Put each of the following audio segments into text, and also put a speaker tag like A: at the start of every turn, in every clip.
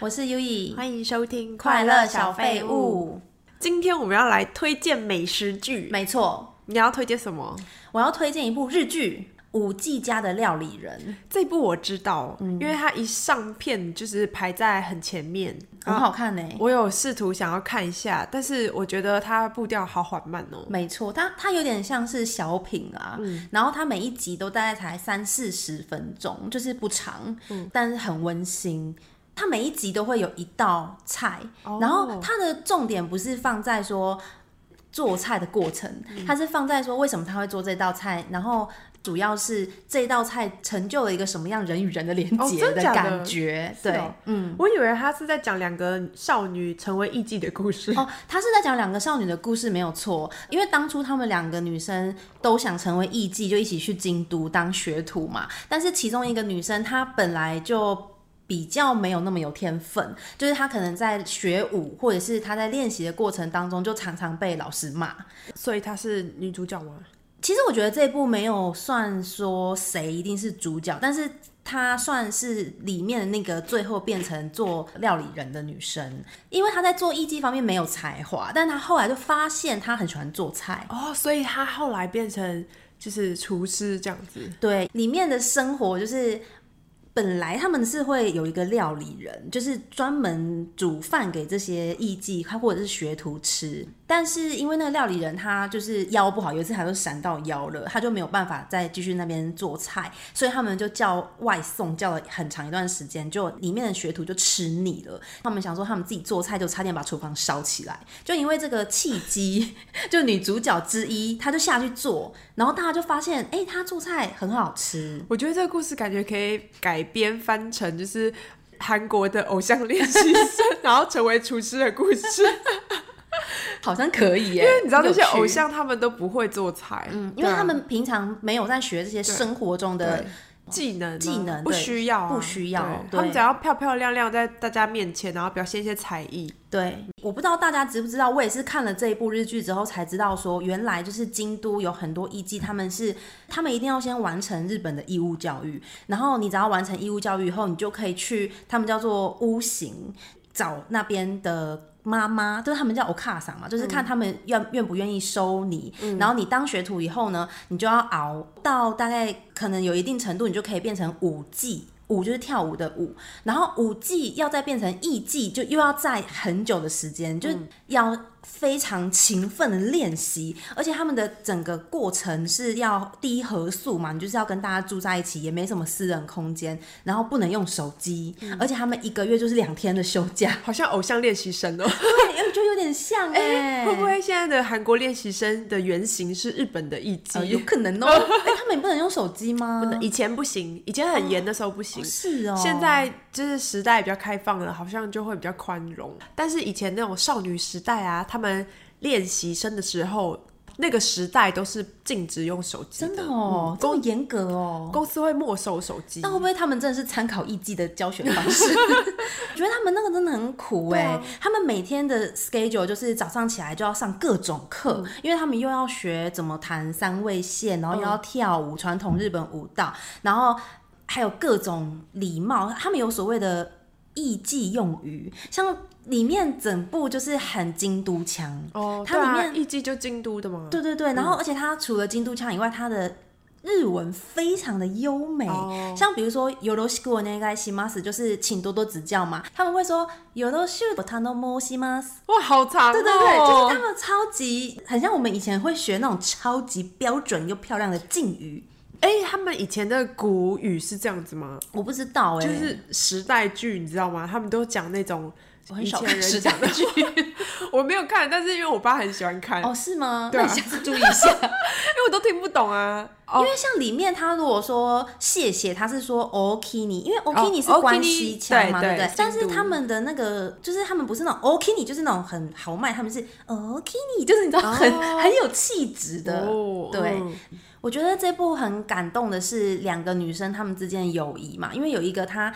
A: 我是 U E，
B: 欢迎收听《
A: 快乐小废物》。
B: 今天我们要来推荐美食剧，
A: 没错，
B: 你要推荐什么？
A: 我要推荐一部日剧《五 G 家的料理人
B: 这部我知道，因为它一上片就是排在很前面，》，
A: 很好看欸呢、
B: 我有试图想要看一下，但是我觉得它步调好缓慢哦、
A: 没错，它它有点像是小品啊，然后它每一集都大概才三四十分钟，就是不长，但是很温馨。它每一集都会有一道菜，
B: 哦
A: 然后它的重点不是放在说做菜的过程，
B: 嗯
A: 它是放在说为什么他会做这道菜，然后主要是这道菜成就了一个什么样人与人的连
B: 哦
A: 接
B: 真的假的
A: 感觉，
B: 是
A: 对，
B: 哦
A: 嗯。
B: 我以为它是在讲两个少女成为艺妓的故事。
A: 哦，他是在讲两个少女的故事，没有错。因为当初她们两个女生都想成为艺妓，就一起去京都当学徒嘛。但是其中一个女生她本来就。比较没有那么有天分，就是她可能在学舞或者是她在练习的过程当中，就常常被老师骂。
B: 所以她是女主角吗？
A: 其实我觉得这部没有算说谁一定是主角，但是她算是里面的那个最后变成做料理人的女生，因为她在做艺伎方面没有才华，但她后来就发现她很喜欢做菜。
B: 哦，所以她后来变成就是厨师这样子。
A: 对，里面的生活就是本来他们是会有一个料理人，就是专门煮饭给这些艺妓他或者是学徒吃，但是因为那个料理人他就是腰不好，有一次他就闪到腰了，他就没有办法再继续那边做菜，所以他们就叫外送，叫了很长一段时间，就里面的学徒就吃腻了，他们想说他们自己做菜就差点把厨房烧起来，就因为这个契机。就女主角之一，她就下去做，然后大家就发现，哎、她做菜很好吃。
B: 我觉得这个故事感觉可以改编翻成就是韩国的偶像练习生，然后成为厨师的故 事。
A: 好像可以耶、
B: 因为你知道那些
A: 有趣啊
B: 偶，像他们都不会做菜，嗯
A: 因为他们平常没有在学这些生活中的，
B: 技能啊
A: 技能
B: 不
A: 对
B: 需要啊、
A: 不需要
B: 对
A: 对
B: 他们只要漂漂亮亮在大家面前，然后表现一些才艺。
A: 对，我不知道大家知不知道，我也是看了这一部日剧之后才知道说，原来就是京都有很多艺妓，他们是他们一定要先完成日本的义务教育，然后你只要完成义务教育以后，你就可以去他们叫做屋型找那边的。妈妈就是他们叫欧卡桑嘛，就是看他们愿愿不愿意收你。然后你当学徒以后呢，你就要熬到大概可能有一定程度，你就可以变成舞技，舞就是跳舞的舞。然后舞技要再变成艺技，就又要在很久的时间，就要非常勤奋的练习。而且他们的整个过程是要低合宿嘛，你就是要跟大家住在一起，也没什么私人空间，然后不能用手机，而且他们一个月就是两天的休假。
B: 好像偶像练习生哦、
A: 对，就有点 像哎、
B: 会不会现在的韩国练习生的原型是日本的艺
A: 呃有
B: 妓？
A: 可能哦、 哎、他们也不能用手机吗？不
B: 以前不行，以前很严的时候不行，
A: 是哦、
B: 现在就是时代比较开放了，好像就会比较宽容。但是以前那种少女时代啊，他们练习生的时候，那个时代都是禁止用手机
A: 真的哦、这么严格哦、
B: 公司会没收手机
A: 那。会不会他们真的是参考艺伎的教学方式？我觉得他们那个真的很苦哎、他们每天的 schedule 就是早上起来就要上各种课，因为他们又要学怎么弹三味线，然后又要跳舞，传统日本舞蹈，然后还有各种礼貌，他们有所谓的艺伎用语，像里面整部就是喊京都腔。
B: 哦，
A: 它里
B: 对啊
A: 面
B: 艺伎就京都的嘛。
A: 对对对，然
B: 嗯
A: 后而且它除了京都腔以外，它的日文非常的优美，
B: 哦
A: 像比如说 “yoroshiku o n e g a i s m a s 就是请多多指教嘛，他们会说 “yoroshiku tanomo s i m a s
B: 哇，好长、哦。
A: 对对对，就是他们超级很像我们以前会学那种超级标准又漂亮的敬语，
B: 哎、他们以前的古语是这样子吗？
A: 我不知道哎、
B: 就是时代剧，你知道吗？他们都讲那种
A: 我
B: 以
A: 很少
B: 前
A: 看
B: 人
A: 时代
B: 讲的
A: 剧
B: 我没有看，但是因为我爸很喜欢看，
A: 哦，是吗？
B: 对啊
A: 那你下次注意一下。
B: 因为我都听不懂啊。哦
A: 因，为像里面他如果说谢谢，他是说 okini，因为 okini 是
B: okini，
A: 关西腔嘛，
B: 哦对
A: 对不
B: 对
A: 对？但是
B: 京都
A: 他们的那个就是他们不是那种 okini，就是那种很豪迈，他们是 okini，就是你知道很、
B: 哦
A: 很有气质的。
B: 哦
A: 对
B: 嗯
A: 我觉得这部很感动的是两个女生她们之间的友谊嘛，因为有一个她。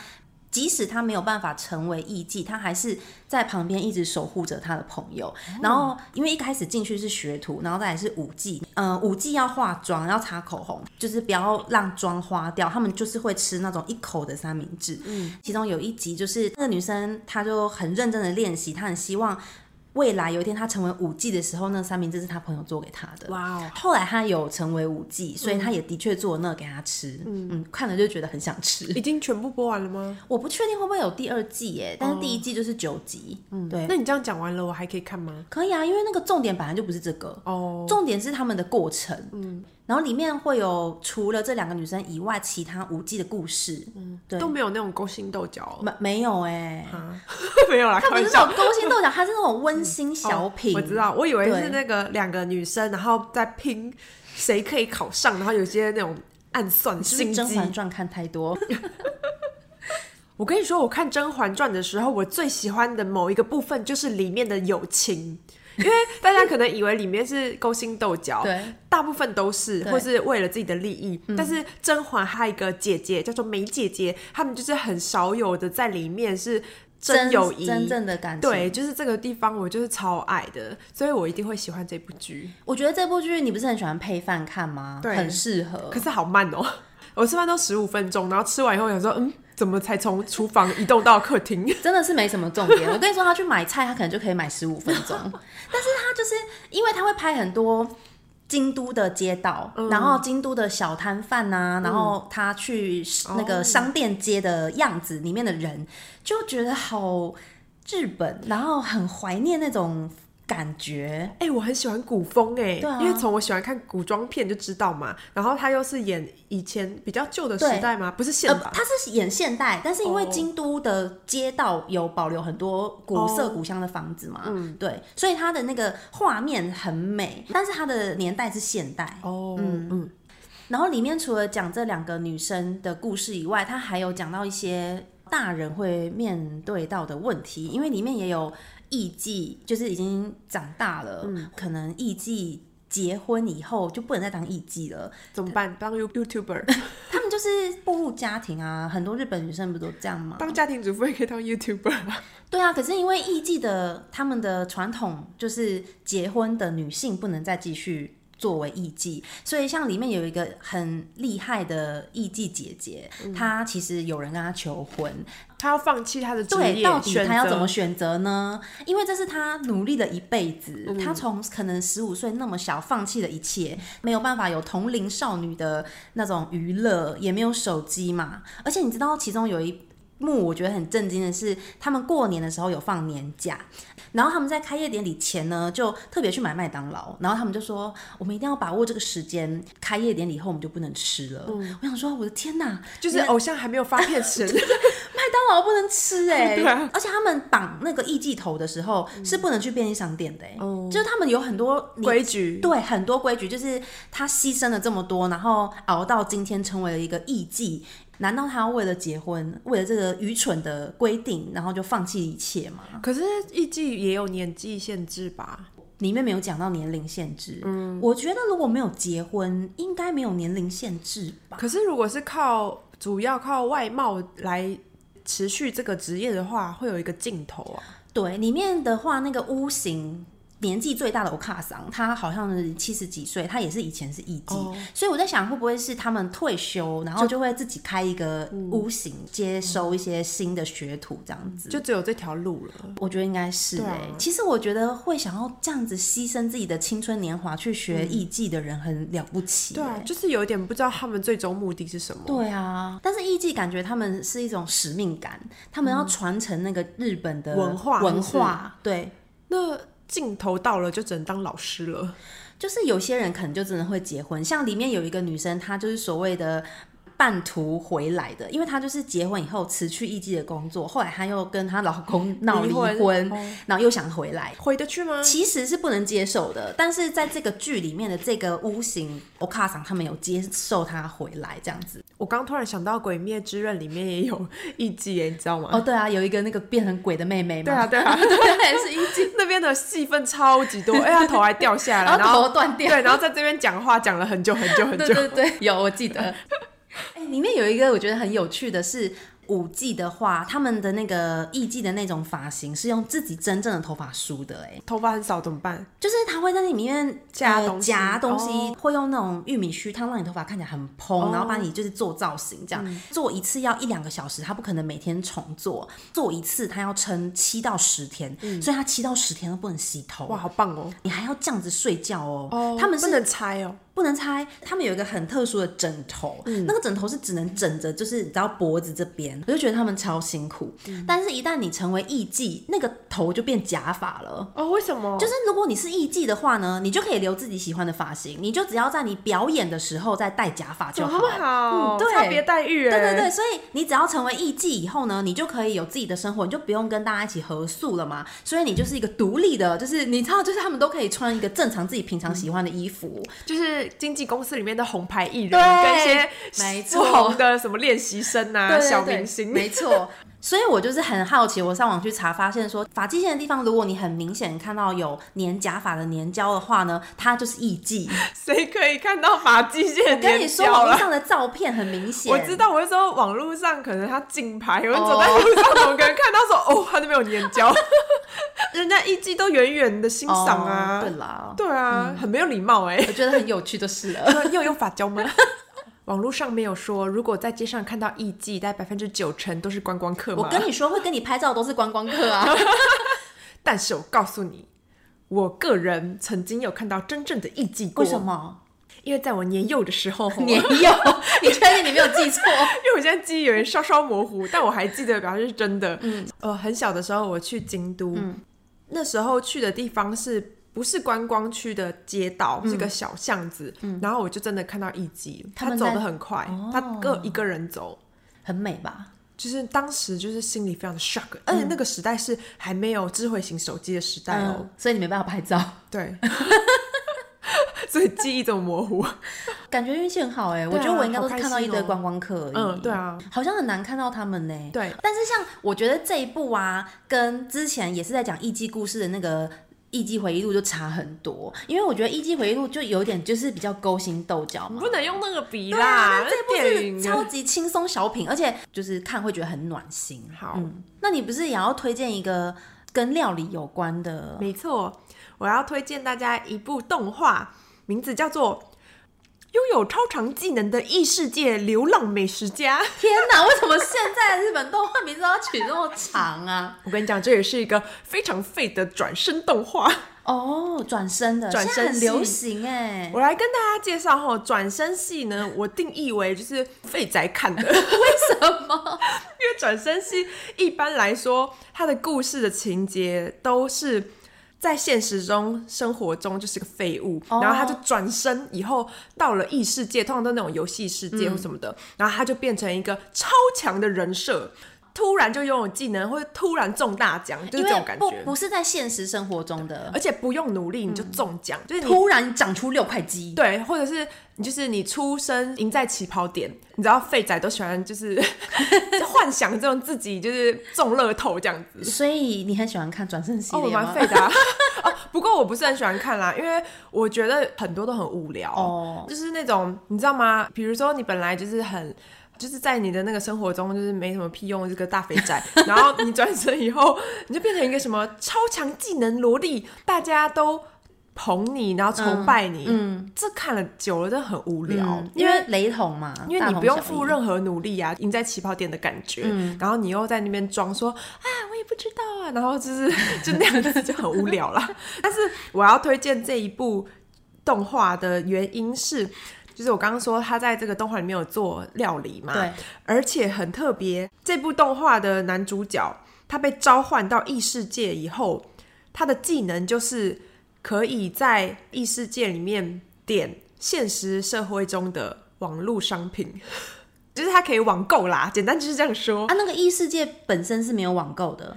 A: 即使他没有办法成为艺妓，他还是在旁边一直守护着他的朋友。然后，因为一开始进去是学徒，然后再来是舞技，嗯、呃，舞技要化妆，要擦口红，就是不要让妆花掉。他们就是会吃那种一口的三明治。嗯，其中有一集就是那个女生，她就很认真的练习，她很希望。未来有一天她成为舞技的时候，那个三明治是她朋友做给她的。
B: 哇哦，
A: 后来她有成为舞
B: 嗯
A: 技，所以她也的确做那个给她吃。嗯嗯，看了就觉得很想吃。
B: 已经全部播完了吗？
A: 我不确定会不会有第二季
B: 哦
A: 耶，但是第一季就是九集。嗯，对，
B: 那你这样讲完了，我还可以看吗？
A: 可以啊，因为那个重点本来就不是这个，
B: 哦，
A: 重点是他们的过程。嗯，然后里面会有除了这两个女生以外，其他无忌的故事。嗯，对
B: 都，没有那种勾心斗角 哦，
A: 没没有哎、
B: 没有啦，
A: 它
B: 开玩
A: 不是那
B: 笑哦
A: 种。勾心斗角，它是那种温馨小品。
B: 我知道，我以为
A: 对
B: 是那个两个女生，然后在拼谁可以考上，然后有些那种暗算
A: 是不是
B: 心
A: 《甄
B: 机。
A: 嬛传》看太多，
B: 我跟你说，我看《甄嬛传》的时候，我最喜欢的某一个部分就是里面的友情，因为大家可能以为里面是勾心斗角，
A: 对，
B: 大部分都是，
A: 对嗯
B: 或是为了自己的利益。但是甄嬛还有一个姐姐叫做梅姐姐，她们就是很少有的在里面是真友谊，
A: 真正的感情。
B: 对，就是这个地方我就是超爱的，所以我一定会喜欢这部剧。
A: 我觉得这部剧你不是很喜欢配饭看吗？
B: 对
A: 很适合。
B: 可是好慢哦， 我吃饭都十五分钟，然后吃完以后想说，嗯，怎么才从厨房移动到客厅？
A: 真的是没什么重点。我跟你说，他去买菜，他可能就可以买十五分钟，但是他就是因为他会拍很多。京都的街道，然后京都的小摊贩呐，然后他去那个商店街的样子，里面的人就觉得好日本，然后很怀念那种感觉。
B: 哎、我很喜欢古风哎、
A: 对啊
B: 因为从我喜欢看古装片就知道嘛。然后他又是演以前比较旧的时
A: 对
B: 代嘛，不是现
A: 呃，
B: 代。
A: 他是演现代，但是因为
B: 哦
A: 京都的街道有保留很多古色
B: 哦
A: 古香的房子嘛，
B: 嗯
A: 对，所以他的那个画面很美，但是他的年代是现代。
B: 哦，嗯嗯，
A: 然后里面除了讲这两个女生的故事以外，他还有讲到一些大人会面对到的问题，因为里面也有艺妓，就是已经长大了，
B: 嗯
A: 可能艺妓结婚以后就不能再当艺妓了，
B: 怎么办？当 You YouTuber，
A: 他们就是步入家庭啊，很多日本女生不都这样吗？
B: 当家庭主妇也可以当 YouTuber 啊。
A: 对啊，可是因为艺妓的他们的传统就是结婚的女性不能再继续作为艺妓，所以像里面有一个很厉害的艺妓姐姐，她其实有人跟她求婚，
B: 他要放弃他的职
A: 对，
B: 业，
A: 到底
B: 选
A: 她要怎
B: 择
A: 么选择呢？因为这是她努力了一辈子，
B: 嗯
A: 她从可能十五岁那么小放弃了一切，没有办法有同龄少女的那种娱乐，也没有手机嘛。而且你知道，其中有一幕我觉得很震惊的是，他们过年的时候有放年假，然后他们在开业典礼前呢，就特别去买麦当劳，然后他们就说我们一定要把握这个时间，开业典礼后我们就不能吃了。
B: 嗯
A: 我想说，我的天哪，
B: 就是偶像还没有发片 前，
A: 麦当劳不能吃哎、
B: 对啊嗯
A: 而且他们绑那个艺伎头的时候、是不能去便利商店的哎、
B: 哦
A: 就是他们有很多你
B: 规矩
A: 对很多规矩，就是他牺牲了这么多，然后熬到今天成为了一个艺伎，难道他为了结婚，为了这个愚蠢的规定，然后就放弃一切吗？
B: 可是艺伎也有年纪限制吧？
A: 里面没有讲到年龄限制，嗯，我觉得如果没有结婚，应该没有年龄限制吧？
B: 可是如果是靠主要靠外貌来持续这个职业的话，会有一个尽头啊。
A: 对，里面的话，那个屋型年纪最大的欧卡桑，他好像是七十几岁，他也是以前是艺妓，
B: 哦
A: 所以我在想，会不会是他们退休，然后就会自己开一个
B: 嗯
A: 屋型，接收一些新的学徒这样子。
B: 嗯就只有这条路了。
A: 我觉得应该是
B: 对
A: 哎、
B: 啊
A: 其实我觉得会想要这样子牺牲自己的青春年华去学艺伎的人很了不起、
B: 嗯对啊，
A: 哎
B: 就是有点不知道他们最终目的是什么。
A: 对啊，但是艺伎感觉他们是一种使命感，他们要传承那个日本的
B: 嗯文化
A: 文
B: 是
A: 化，对，
B: 那镜头到了，就只能当老师了。
A: 就是有些人可能就真的会结婚，像里面有一个女生，她就是所谓的半途回来的，因为她就是结婚以后辞去艺妓的工作，后来她又跟她老 公闹离
B: 离
A: 婚
B: 婚哦，
A: 然后又想回来。
B: 回得去吗？
A: 其实是不能接受的，但是在这个剧里面的这个屋型，我卡桑他们有接受她回来这样子。
B: 我刚突然想到，《鬼灭之刃》里面也有艺伎耶，你知道吗？
A: 哦，对啊，有一个那个变成鬼的妹妹
B: 嗯
A: 嘛，
B: 对啊，对啊，
A: 对，是艺妓，
B: 那边的戏份超级 多，哎、他头还掉下来，
A: 然
B: 然
A: 后
B: 后
A: 头断掉，
B: 对，然后在这边讲话讲了很久很久很
A: 对
B: 久。
A: 对对，有我记得。哎、里面有一个我觉得很有趣的是，舞伎的话，他们的那个艺伎的那种发型是用自己真正的头发梳的、哎，
B: 头发很少怎么办？
A: 就是他会在那里面
B: 夹
A: 呃
B: 东西
A: 夹东西，
B: 哦
A: 会用那种玉米须烫，让你头发看起来很蓬，然后把你就是做造型这样。
B: 嗯
A: 做一次要一两个小时，他不可能每天重做，做一次他要撑七到十天，所以他七到十天都不能洗头。
B: 嗯哇，好棒哦！
A: 你还要这样子睡觉哦，
B: 哦，
A: 他们
B: 不
A: 是
B: 能拆哦，
A: 不能拆，他们有一个很特殊的枕头，
B: 嗯
A: 那个枕头是只能枕着，就是你知道脖子这边，我就觉得他们超辛苦。
B: 嗯
A: 但是，一旦你成为艺妓，那个头就变假发了。
B: 哦，为什么？
A: 就是如果你是艺妓的话呢，你就可以留自己喜欢的发型，你就只要在你表演的时候再戴假发就
B: 怎么
A: 好。
B: 那么好？
A: 嗯对
B: 差别待遇哎，
A: 对对对，所以你只要成为艺妓以后呢，你就可以有自己的生活，你就不用跟大家一起合宿了嘛。所以你就是一个独立的，就是你知道，就是他们都可以穿一个正常自己平
B: 嗯
A: 常喜欢的衣服。
B: 就是经纪公司里面的红牌艺人，
A: 对
B: 跟一些
A: 没
B: 不
A: 错
B: 红的什么练习生啊、
A: 对对
B: 小
A: 对
B: 明星，
A: 没错。所以我就是很好奇，我上网去查，发现说发际线的地方，如果你很明显看到有粘假发的粘胶的话呢，它就是艺妓。
B: 谁可以看到发际线
A: 我跟
B: 粘
A: 你说，
B: 胶
A: 网络
B: 了？
A: 上的照片很明显，
B: 我知。道，我是说网络上可能他竞拍，有人
A: 哦
B: 走在路上，怎么可能看到说哦，他那边有粘 胶？人家艺伎都远远的欣赏啊，
A: 哦对啦，
B: 对啊，很没有礼貌哎、
A: 我觉得很有趣就是 了。
B: 你有用发胶吗？网络上没有说，如果在街上看到艺妓，大概百分之九成都是观光客吗？
A: 我跟你说，会跟你拍照的都是观光客 啊。
B: 但是我告诉你，我个人曾经有看到真正的艺妓过。
A: 为什？ 么？
B: 因为在我年幼的时 候，
A: 年幼？你确定你没有记错？
B: 因为我现在记忆有点稍稍模糊，但我还记得表示是真的。嗯，呃，很小的时候我去京都，
A: 嗯
B: 那时候去的地方是不是观光区的街道，是个小巷子。然后我就真的看到艺妓，
A: 嗯他
B: 他
A: 们哦
B: 走
A: 在
B: 得很快，他个一个人走。
A: 很美 吧？
B: 就是当时就是心里非常的 shock，而且那个时代是还没有智慧型手机的时代哦，
A: 嗯，所以你没办法拍照，
B: 对， 所以记忆这么模糊。
A: 感觉运气很好哎、我
B: 对啊
A: 觉得我应该都是
B: 好开
A: 看到一堆
B: 心哦
A: 观光客而已。
B: 嗯，对啊，
A: 好像很难看到他们呢、
B: 对，
A: 但是像我觉得这一部啊，跟之前也是在讲艺伎故事的那个。艺伎回忆录就差很多，因为我觉得艺伎回忆录就有点就是比较勾心斗角嘛
B: 不，能用那个比
A: 对啊，
B: 啦，
A: 那
B: 那
A: 这
B: 电
A: 部
B: 影
A: 是超级轻松小品，而且就是看会觉得很暖心。
B: 好
A: 嗯，那你不是也要推荐一个跟料理有关的？
B: 没错，我要推荐大家一部动画，名字叫做《拥有超常技能的异世界流浪美食家》。
A: 天哪，为什么现在的日本动画名字都要取这么长啊？
B: 我跟你讲，这也是一个非常废的转身动画。
A: 哦，转身的，
B: 转身
A: 现在很流
B: 戏
A: 行哎、
B: 我来跟大家介绍哈，转身戏呢，我定义为就是废宅看的。为什么？因为转身戏一般来说，它的故事的情节都是。在现实中、生活中就是个废物
A: 哦
B: 然后他就转身以后到了异世界，通常都那种游戏世界或什么的，
A: 嗯
B: 然后他就变成一个超强的人设，突然就拥有技能，或者突然中大奖，就是
A: 因
B: 这
A: 为
B: 种感
A: 不
B: 觉，
A: 不是在现实生活中的，
B: 而且不用努力你就中奖，
A: 嗯
B: 就是你
A: 突然长出六块肌，
B: 对，或者是你就是你出生赢在起跑点，你知道废仔都喜欢就是 就幻想这种自己就是中乐透这样子。
A: 所以你很喜欢看转身系
B: 哦，我
A: 列吗嗯
B: 蛮？废 的、啊哦，不过我不是很喜欢看啦，因为我觉得很多都很无聊，
A: 哦
B: 就是那种你知道吗？比如说你本来就是很。就是在你的那个生活中，就是没什么屁用，这个大肥 宅。然后你转身以后，你就变成一个什么超强技能萝莉，大家都捧你，然后崇拜你。嗯，这看了久了真的很无聊，
A: 嗯因为雷同嘛，
B: 因为
A: 啊大
B: 你
A: 同
B: 不用
A: 小
B: 付
A: 异嗯
B: 任何努力啊，赢在起跑点的感觉，然后你又在那边装说啊，我也不知道啊，然后就是 就那样子就很无聊啦。 但是我要推荐这一部动画的原因是，就是我刚刚说他在这个动画里面有做料理嘛，
A: 对，
B: 而且很特别，这部动画的男主角他被召唤到异世界以后，他的技能就是可以在异世界里面点现实社会中的网络商品， 就是他可以网购啦，简单就是这样说。
A: 啊，那个异世界本身是没有网购的，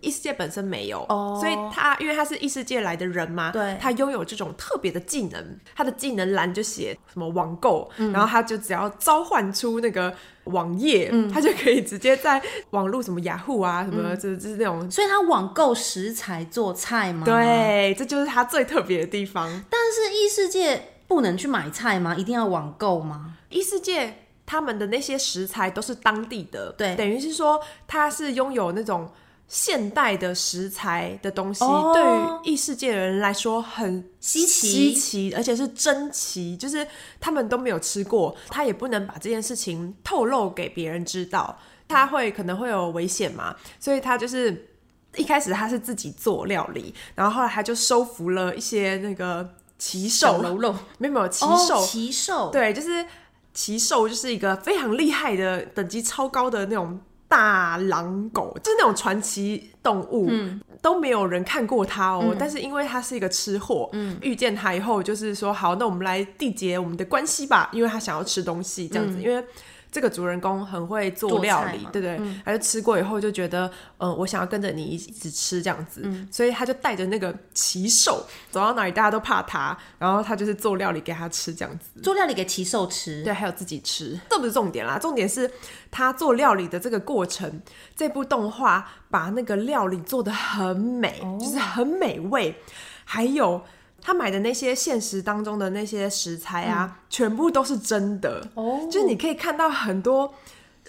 B: 异世界本身没有，
A: 哦
B: 所以他因为他是异世界来的人嘛，
A: 对
B: 他拥有这种特别的技能，他的技能栏就写什么网购，
A: 嗯
B: 然后他就只要召唤出那个网页，
A: 嗯
B: 他就可以直接在网络什么雅虎啊什么，就是就是那种。
A: 所以它网购食材做菜吗？。
B: 对，这就是他最特别的地方。
A: 但是异世界不能去买菜吗？一定要网购吗？
B: 异世界他们的那些食材都是当地的，
A: 对
B: 等于是说它是拥有那种现代的食材的东西，
A: 哦
B: 对于异世界的人来说很
A: 稀奇
B: 稀奇，而且是珍奇，就是他们都没有吃过，他也不能把这件事情透露给别人知道，他会可能会有危险嘛，所以他就是。一开始他是自己做料理，然后后来他就收服了一些那个骑手，
A: 小喽啰，
B: 没有没有骑
A: 哦
B: 手，
A: 骑兽，
B: 对，就是骑兽，就是一个非常厉害的等级超高的那种大狼狗，就是那种传奇动物，
A: 嗯
B: 都没有人看过它哦。但是因为它是一个吃货，
A: 嗯
B: 遇见它以后就是说好，那我们来缔结我们的关系吧，因为它想要吃东西这样子，因为。这个主人公很会做
A: 嗯做
B: 料
A: 菜
B: 理
A: 嘛，嗯
B: 对对，他就吃过以后就觉得，嗯、我想要跟着你一直吃这样子，
A: 嗯
B: 所以他就带着那个骑兽走到哪里，大家都怕他，然后他就是做料理给他吃这样子。
A: 做料理给骑兽吃。
B: 对，还有自己吃， 这不是重点啦，重点是他做料理的这个过程。这部动画把那个料理做的很美，就是很美味，还有他买的那些现实当中的那些食材啊，全部都是真的，
A: 哦
B: 就是你可以看到很多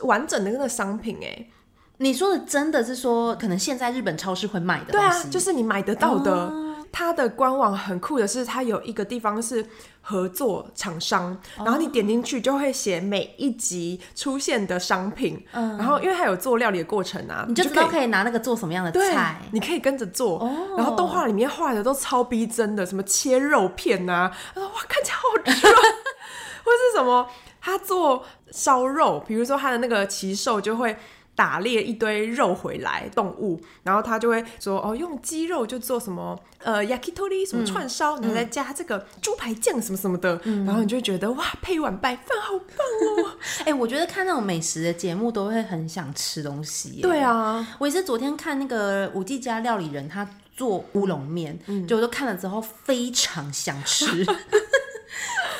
B: 完整的那个商品、欸，哎，
A: 你说的真的是说，可能现在日本超市会卖的
B: 对
A: 东
B: 啊，
A: 西，啊
B: 就是你买得到的。它的官网很酷的是，它有一个地方是合作厂商，然
A: 哦
B: 后你点进去就会写每一集出现的商品，然后因为它有做料理的过程啊，
A: 嗯你
B: 就
A: 就知道
B: 可以。
A: 可以拿那个做什么样的
B: 对
A: 菜，。
B: 你可以跟着做，然后动画里面画的都超逼真的，什么切肉片呐、啊，哇，看起来好吃、 啊，或是什么他做烧肉，比如说他的那个骑兽就会。打猎一堆肉回来，动物，然后他就会说哦，用鸡肉就做什么呃 yakitori 什么串烧，然后再加这个猪排酱什么什么的，然后你就会觉得哇，配一碗白饭好棒哦。
A: 哎、我觉得看那种美食的节目都会很想吃东西耶。
B: 对啊，
A: 我也是昨天看那个五 G 家料理人，他做乌龙面，
B: 嗯
A: 就我都看了之后非常想吃，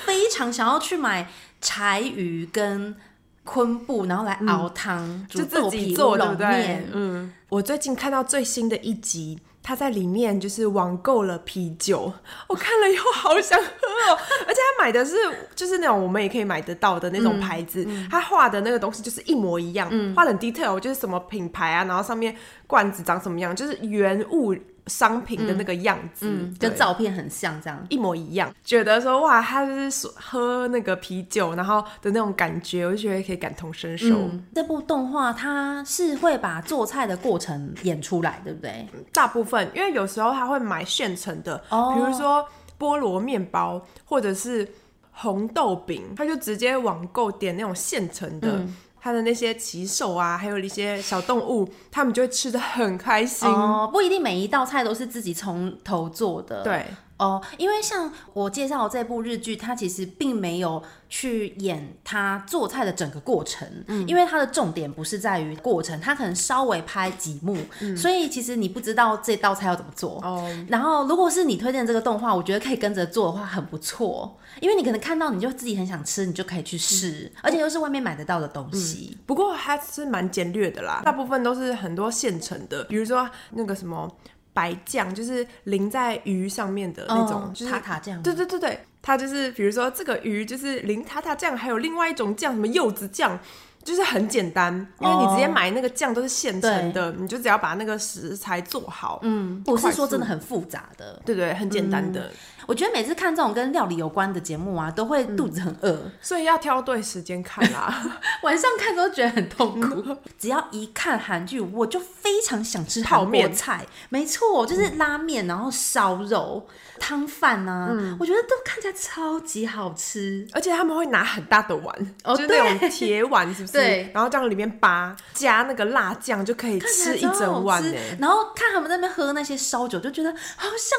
A: 非常想要去买柴鱼跟昆布，然后来熬汤、
B: 嗯
A: 煮
B: 就
A: 豆
B: 自
A: 皮
B: 己
A: 乌
B: 做对
A: 龙
B: 不对
A: 面？。
B: 嗯，我最近看到最新的一集，他在里面就是网购了啤酒，我看了以后好想喝哦，而且他买的是就是那种我们也可以买得到的那种牌子，他画的那个东西就是一模一样，画的很 detail，就是什么品牌啊，然后上面罐子长什么样，就是原物商品的那个样子，
A: 嗯，
B: 对
A: 跟照片很像，这样
B: 一模一样，觉得说哇，他就是说喝那个啤酒，然后的那种感觉，我就觉得可以感同身受。
A: 嗯，这部动画它是会把做菜的过程演出来，对不对？
B: 大部分，因为有时候他会买现成的，
A: 哦
B: 比如说菠萝面包或者是红豆饼，他就直接网购点那种现成的。
A: 嗯
B: 他的那些骑手啊，还有一些小动物，他们就会吃的很开心。
A: 哦，不一定每一道菜都是自己从头做的，
B: 对，
A: 哦，因为像我介绍的这部日剧，它其实并没有去演他做菜的整个过程，
B: 嗯
A: 因为它的重点不是在于过程，它可能稍微拍几幕，所以其实你不知道这道菜要怎么做。
B: 嗯哦，
A: 然后，如果是你推荐这个动画，我觉得可以跟着做的话很不错，因为你可能看到你就自己很想吃，你就可以去试，
B: 嗯
A: 而且又是外面买得到的东西。
B: 不过它是蛮简略的啦，大部分都是很多现成的，比如说那个什么白酱，就是淋在鱼上面的那种，
A: 嗯
B: 就是
A: 塔塔酱
B: 对对对对，它就是比如说这个鱼就是淋塔塔酱，还有另外一种酱什么柚子酱。就是很简单，因为你直接买那个酱都是现成的，你就只要把那个食材做好，嗯，
A: 嗯，不是
B: 快速
A: 说真的很复杂的，
B: 对对，很简单的，
A: 我觉得每次看这种跟料理有关的节目啊，都会
B: 嗯
A: 肚子很饿。
B: 所以要挑对时间看 啦。
A: 晚上看都觉得很痛苦。嗯只要一看韩剧，我就非常想吃
B: 泡
A: 韩国
B: 面
A: 菜，没错，就是拉面，然后烧肉、汤饭啊，
B: 嗯
A: 我觉得都看起来超级好吃。
B: 而且他们会拿很大的碗，
A: 哦
B: 就是那种铁碗，是不是？
A: 对
B: 然后这样里面扒加那个辣酱就可以吃一整欸碗
A: 看起
B: 呢、
A: 来超好吃然后看他们在那边喝那些烧酒，就觉得好想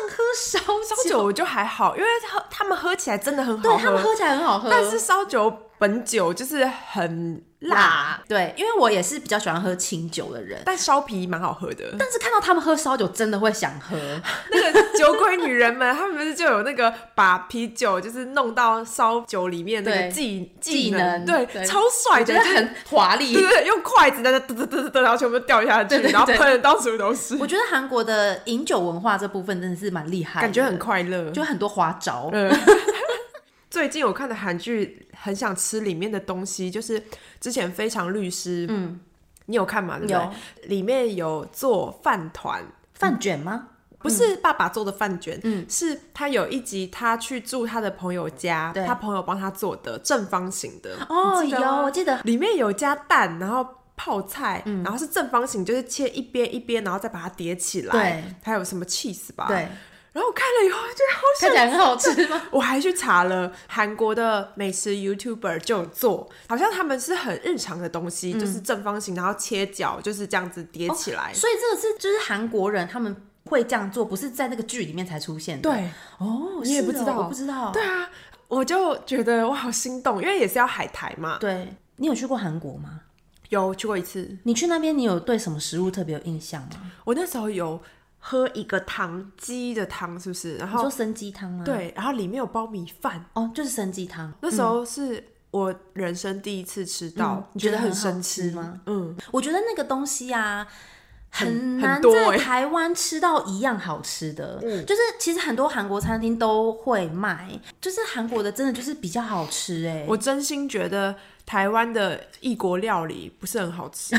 A: 喝烧
B: 烧酒我就还好，因为他他们喝起来真的很好
A: 对他
B: 喝，
A: 们喝起来很好喝，
B: 但是烧酒本酒就是很辣，
A: 辣，对，因为我也是比较喜欢喝清酒的人，
B: 但烧啤蛮好喝的。
A: 但是看到他们喝烧酒，真的会想喝。
B: 那个酒鬼女人 们，她们不是就有那个把啤酒就是弄到烧酒里面那个
A: 对
B: 技
A: 技
B: 能，
A: 能
B: 对，
A: 对
B: 超帅
A: 我
B: 的
A: 觉，得
B: 就是
A: 很华丽，
B: 对对对，用筷子在那噔噔噔噔噔，然后全部掉下去，
A: 对对对
B: 然后喷的到处都是，
A: 我觉得韩国的饮酒文化这部分真的是蛮厉害的，
B: 感觉很快乐。
A: 就很多花招。
B: 嗯， 最近我看的韩剧很想吃里面的东西，就是之前《非常律师》，嗯，你有看吗？对不
A: 有
B: 对？里面有做饭团，
A: 饭卷吗？
B: 不
A: 嗯
B: 是爸爸做的饭卷，是他有一集他去住他的朋友家，
A: 对
B: 他朋友帮他做的正方形的，
A: 哦，
B: 你记得
A: 有，
B: 吗
A: 我记得嗯
B: 里面有加蛋，然后泡菜，然后是正方形，就是切一边一边，然后再把它叠起来。
A: 对
B: 还有什么 cheese 吧？
A: 对。
B: 然后我看了以后，我觉得好
A: 看起来很好吃吗？
B: 我还去查了韩国的美食 YouTuber 就有做，好像他们是很日常的东
A: 嗯
B: 西，就是正方形，然后切角，就是这样子叠起来。
A: 所以这个哦是就是韩国人他们会这样做，不是在那个剧里面才出现的。，
B: 对
A: 哦，
B: 你也
A: 是
B: 不知
A: 哦
B: 道
A: 我不知道。
B: 对啊，我就觉得我好心动，因为也是要海苔嘛。
A: 对，你有去过韩国吗？
B: 有去过一次，
A: 你去那边，你有对什么食物特别有印象吗？
B: 我那时候有喝一个汤，鸡的汤是不是？然
A: 你说
B: 后
A: 生鸡汤吗？，
B: 哦对，然后里面有包米饭，
A: 哦，就是生鸡汤。
B: 那时候是我人生第一次吃到，
A: 嗯你觉得
B: 很
A: 很好
B: 神
A: 吃
B: 奇
A: 吗？
B: 嗯，
A: 我觉得那个东西啊。很
B: 很
A: 难
B: 多
A: 在
B: 欸嗯
A: 台湾吃到一样好吃的，就是其实很多韩国餐厅都会卖，就是韩国的真的就是比较好吃哎、
B: 我真心觉得台湾的异国料理不是很好 吃，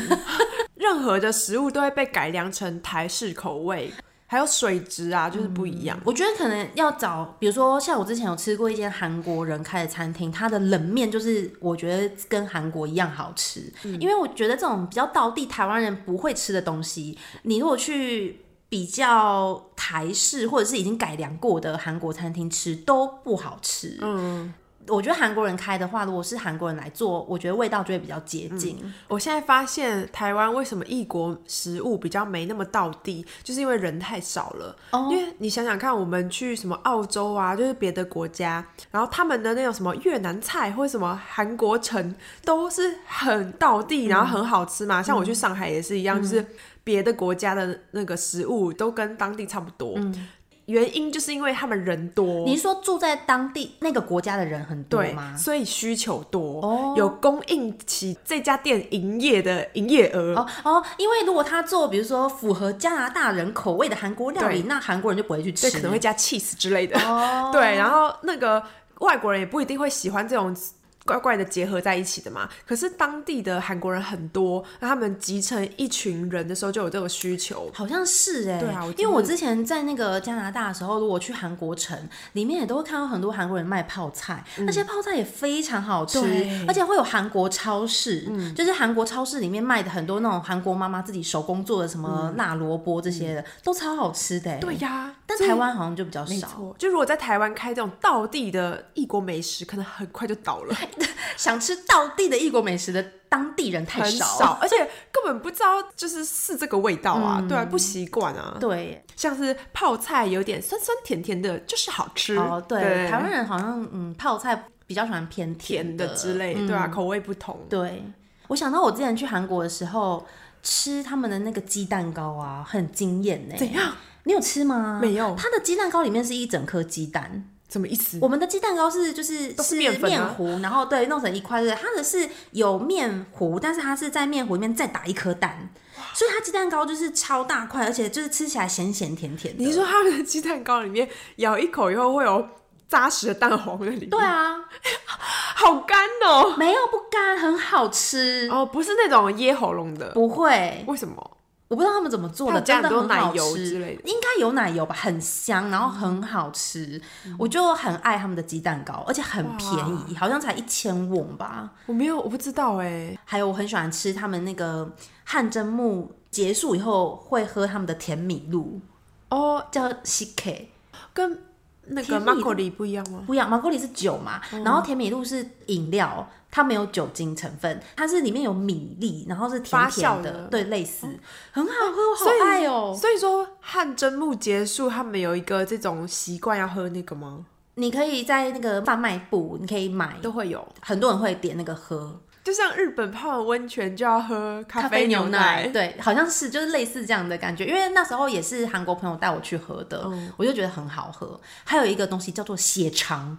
B: 任何的食物都会被改良成台式口味，还有水质啊，就是不一样。
A: 我觉得可能要找，比如说像我之前有吃过一间韩国人开的餐厅，它的冷面就是我觉得跟韩国一样好吃，因为我觉得这种比较道地台湾人不会吃的东西，你如果去比较台式或者是已经改良过的韩国餐厅吃都不好吃，嗯。我觉得韩国人开的话，如果是韩国人来做，我觉得味道就会比较接近。
B: 我现在发现台湾为什么异国食物比较没那么道地，就是因为人太少了。
A: 哦
B: 因为你想想看，我们去什么澳洲啊，就是别的国家，然后他们的那种什么越南菜或什么韩国城，都是很道地，
A: 嗯
B: 然后很好吃嘛。像我去上海也是一样，就是别的国家的那个食物都跟当地差不多。原因就是因为他们人多，
A: 嗯你是说住在当地那个国家的人很多
B: 对
A: 吗，？哦
B: 所以需求多，有供应起这家店营业的营业额。
A: 哦哦，因为如果他做，比如说符合加拿大人口味的韩国料理，
B: 对
A: 那韩国人就不会去
B: 对，，
A: 吃
B: 可能会加 cheese 之类的。
A: 哦
B: 对，然后那个外国人也不一定会喜欢这种怪怪的结合在一起的嘛。可是当地的韩国人很多，那他们集成一群人的时候就有这个需求。
A: 好像是哎、
B: 对啊我
A: 因为
B: 真
A: 我
B: 的
A: 之前在那个加拿大的时候，如果去韩国城，里面也都会看到很多韩国人卖泡菜，那些泡菜也非常好吃
B: 嗯对，嗯
A: 而且会有韩国超市，就是韩国超市里面卖的很多那种韩国妈妈自己手工做的什么辣萝卜这些的，都超好吃的、欸。
B: 嗯对，呀、
A: 但
B: 所以
A: 台湾好像就比较
B: 没
A: 少，
B: 错，就如果在台湾开这种道地的异国美食，可能很快就倒了，
A: 想吃道地的异国美食的当地人 太
B: 很
A: 少。
B: 少，而且根本不知道就是是这个味道啊，
A: 嗯
B: 对啊，不习惯啊。
A: 对，
B: 像是泡菜有点酸酸甜甜的，就是好吃
A: 哦，对，台湾人好像嗯，泡菜比较喜欢偏
B: 甜
A: 的嗯
B: 的之类，对啊，口味不同。
A: 对，我想到我之前去韩国的时候吃他们的那个鸡蛋糕啊，很惊艳呢。
B: 怎样？
A: 你有吃吗？
B: 没有
A: 它的鸡蛋糕里面是一整颗鸡蛋，
B: 什么意思？
A: 我们的鸡蛋糕是就是
B: 都是面粉啊
A: 面
B: 吗
A: 糊，然后对弄成一块，对，它的是有面糊，但是它是在面糊里面再打一颗蛋，所以它鸡蛋糕就是超大块，而且就是吃起来咸咸甜甜的。
B: 你是说他们的鸡蛋糕里面咬一口以后会有扎实的蛋黄在里面？
A: 对，啊，
B: 好干哦、
A: 没有不干，很好吃，
B: 哦，不是那种噎喉咙的，
A: 不会。
B: 为什么？
A: 我不知道他们怎么做的，
B: 他
A: 真
B: 们加
A: 的
B: 很多
A: 很好
B: 奶油
A: 吃
B: 之类的
A: 应该有奶油吧，很香，然后很好吃，
B: 嗯
A: 我就很爱他们的鸡蛋糕，而且很便宜，好像才一千won 吧。
B: 我没有，我不知道哎、
A: 还有我很喜欢吃他们那个汗蒸木结束以后会喝他们的甜米露，
B: 哦，
A: 叫 c k
B: 跟那个
A: 甜
B: 马
A: 蜜
B: 口里不一样吗？
A: 不一样，马格里是酒嘛，
B: 嗯
A: 然后甜米露是饮料，它没有酒精成分，它是里面有米粒，然后是甜
B: 发
A: 甜
B: 酵
A: 的，
B: 的哦
A: 对，类似，很好喝，我好
B: 所以
A: 爱哦、
B: 所以说汗蒸木结束，他们有一个这种习惯要喝那个吗？
A: 你可以在那个贩卖部，你可以买，
B: 都会有，
A: 很多人会点那个喝
B: 就像日本泡完温泉就要喝咖啡
A: 牛
B: 奶，
A: 对，好像是就是类似这样的感觉。因为那时候也是韩国朋友带我去喝的，
B: 哦
A: 我就觉得很好喝。还有一个东西叫做血肠，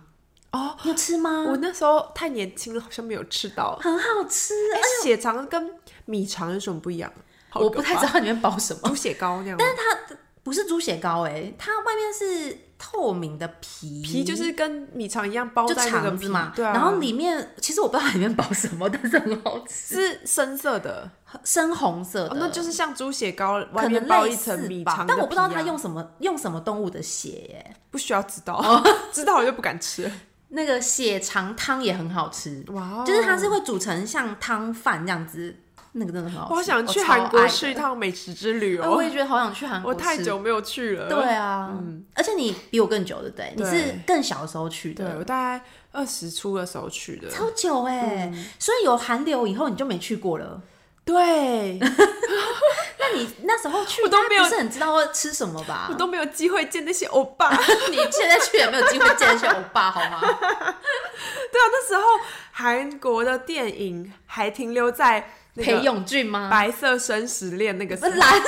B: 哦，
A: 你有吃吗？
B: 我那时候太年轻了，好像没有吃 到。
A: 很好吃，
B: 哎、血肠跟米肠有什么不一样？好
A: 我不
B: 可
A: 太
B: 怕
A: 知道里面包什么。
B: 猪血糕那样吗。但是
A: 欸不是猪血糕哎、它外面是透明的皮，
B: 皮就是跟米肠一样包
A: 嗯就
B: 在那个
A: 肠
B: 皮
A: 子嘛，
B: 对啊，
A: 然后里面其实我不知道里面包什么，但是很好吃，
B: 是深色的，
A: 深红色的，
B: 哦那就是像猪血糕外
A: 呃可
B: 面
A: 能
B: 包
A: 类
B: 一层
A: 似
B: 米
A: 吧
B: 肠，的
A: 但我不知道
B: 皮
A: 它
B: 啊
A: 用什么用什么动物的血耶。
B: 不需要知道，
A: 哦
B: 知道我就不敢吃。
A: 那个血肠汤也很好吃，
B: 哇
A: 就是它是会煮成像汤饭这样子，那个真的很好吃。
B: 我想去
A: 超
B: 韩国
A: 爱的
B: 去一，趟美食之旅
A: 哎
B: 哦，
A: 我也觉得好想去韩国
B: 我
A: 吃。
B: 太久没有去了。嗯
A: 对啊，而且你比我更久，对不对？你
B: 对
A: 是更小的时候去
B: 对，
A: 的，
B: 我大概二十出的时候去的。
A: 超久哎、
B: 嗯
A: 所以有韩流以后你就没去过了。
B: 对，
A: 那你那时候去，
B: 我都没有
A: 大家不是很知道会吃什么吧
B: 我？都没有机会见那些欧 巴。
A: 你现在去也没有机会见一些欧巴，好 吗？
B: 对啊，那时候韩国的电影还停留在那
A: 裴
B: 个
A: 勇俊吗？
B: 白色生死恋那个
A: 不是
B: 白
A: 蓝色，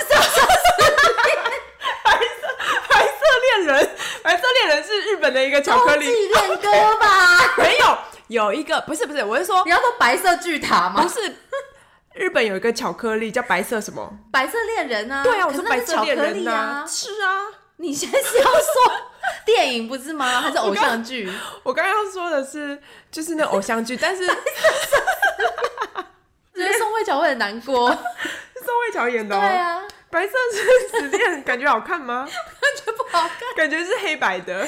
B: 色恋人，白色恋人是日本的一个巧克力，
A: 纪恋歌吧？
B: 没有有一个不是不是，我是说
A: 你要说白色巨塔
B: 不
A: 吗？
B: 是日本有一个巧克力叫白色什么？
A: 白色恋人啊，
B: 对啊，我
A: 可是
B: 说
A: 那
B: 白
A: 是
B: 色
A: 巧
B: 恋
A: 克
B: 人
A: 力
B: 呐、
A: 啊。
B: 是啊。
A: 你现在是要说电影不 是吗？还是偶像剧？
B: 我刚刚要说的是，就是那偶像剧，但 是宋
A: 觉得宋慧乔会很难 过。
B: 慧乔演的、
A: 对
B: 哦
A: 啊，
B: 白色生死恋》，感觉好看吗？
A: 感觉不好看，
B: 感觉是黑白的。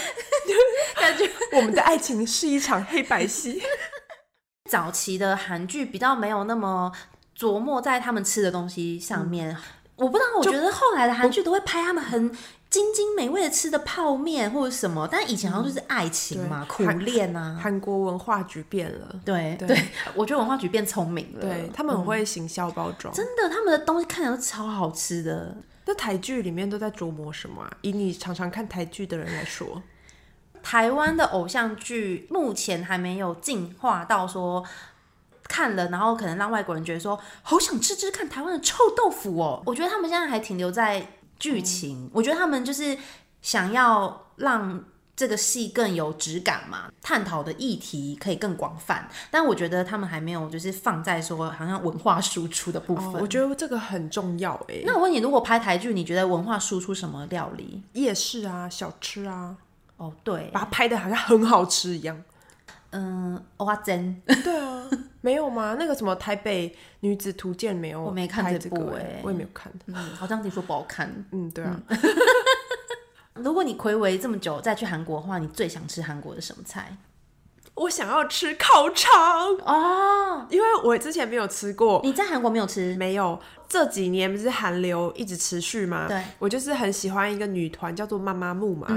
A: 感觉
B: 我们的爱情是一场黑白戏。
A: 早期的韩剧比较没有那么琢磨在他们吃的东西上
B: 嗯
A: 面。我不知道，我觉得后来的韩剧都会拍他们很津津美味的吃的泡面或者什么，但以前好像就是爱情嘛，
B: 嗯
A: 苦
B: 对韩
A: 恋啊。
B: 韩国文化局变了，
A: 对
B: 对
A: 对， 我觉得文化局变聪明了，
B: 对嗯他们很会行销包装。
A: 真的，他们的东西看起来都超好吃的。
B: 那台剧里面都在琢磨什么啊？以你常常看台剧的人来说，
A: 台湾的偶像剧目前还没有进化到说看了，然后可能让外国人觉得说好想吃吃看台湾的臭豆腐哦。我觉得他们现在还停留在剧
B: 嗯
A: 情，我觉得他们就是想要让。这个戏更有质感嘛，探讨的议题可以更广泛，但我觉得他们还没有就是放在说好像文化输出的部分。
B: 哦我觉得这个很重要哎、
A: 那我问你，如果拍台剧，你觉得文化输出什么料理？
B: 夜市啊，小吃啊，
A: 哦，对，
B: 把它拍的好像很好吃一 样。
A: 嗯，蚵仔煎，
B: 对啊，没有吗？那个什么《台北女子图鉴》没有？我
A: 没看
B: 这
A: 这
B: 个
A: 部
B: 欸
A: 欸
B: 我也没有看。
A: 嗯，好像听说不好看。
B: 嗯，对啊，
A: 如果你暌违这么久再去韩国的话，你最想吃韩国的什么菜？
B: 我想要吃烤肠，
A: 哦，
B: 因为我之前没有吃过，
A: 你在韩国没有吃？
B: 没有，这几年不是韩流一直持续吗？
A: 对，
B: 我就是很喜欢一个女团叫做妈妈木嘛，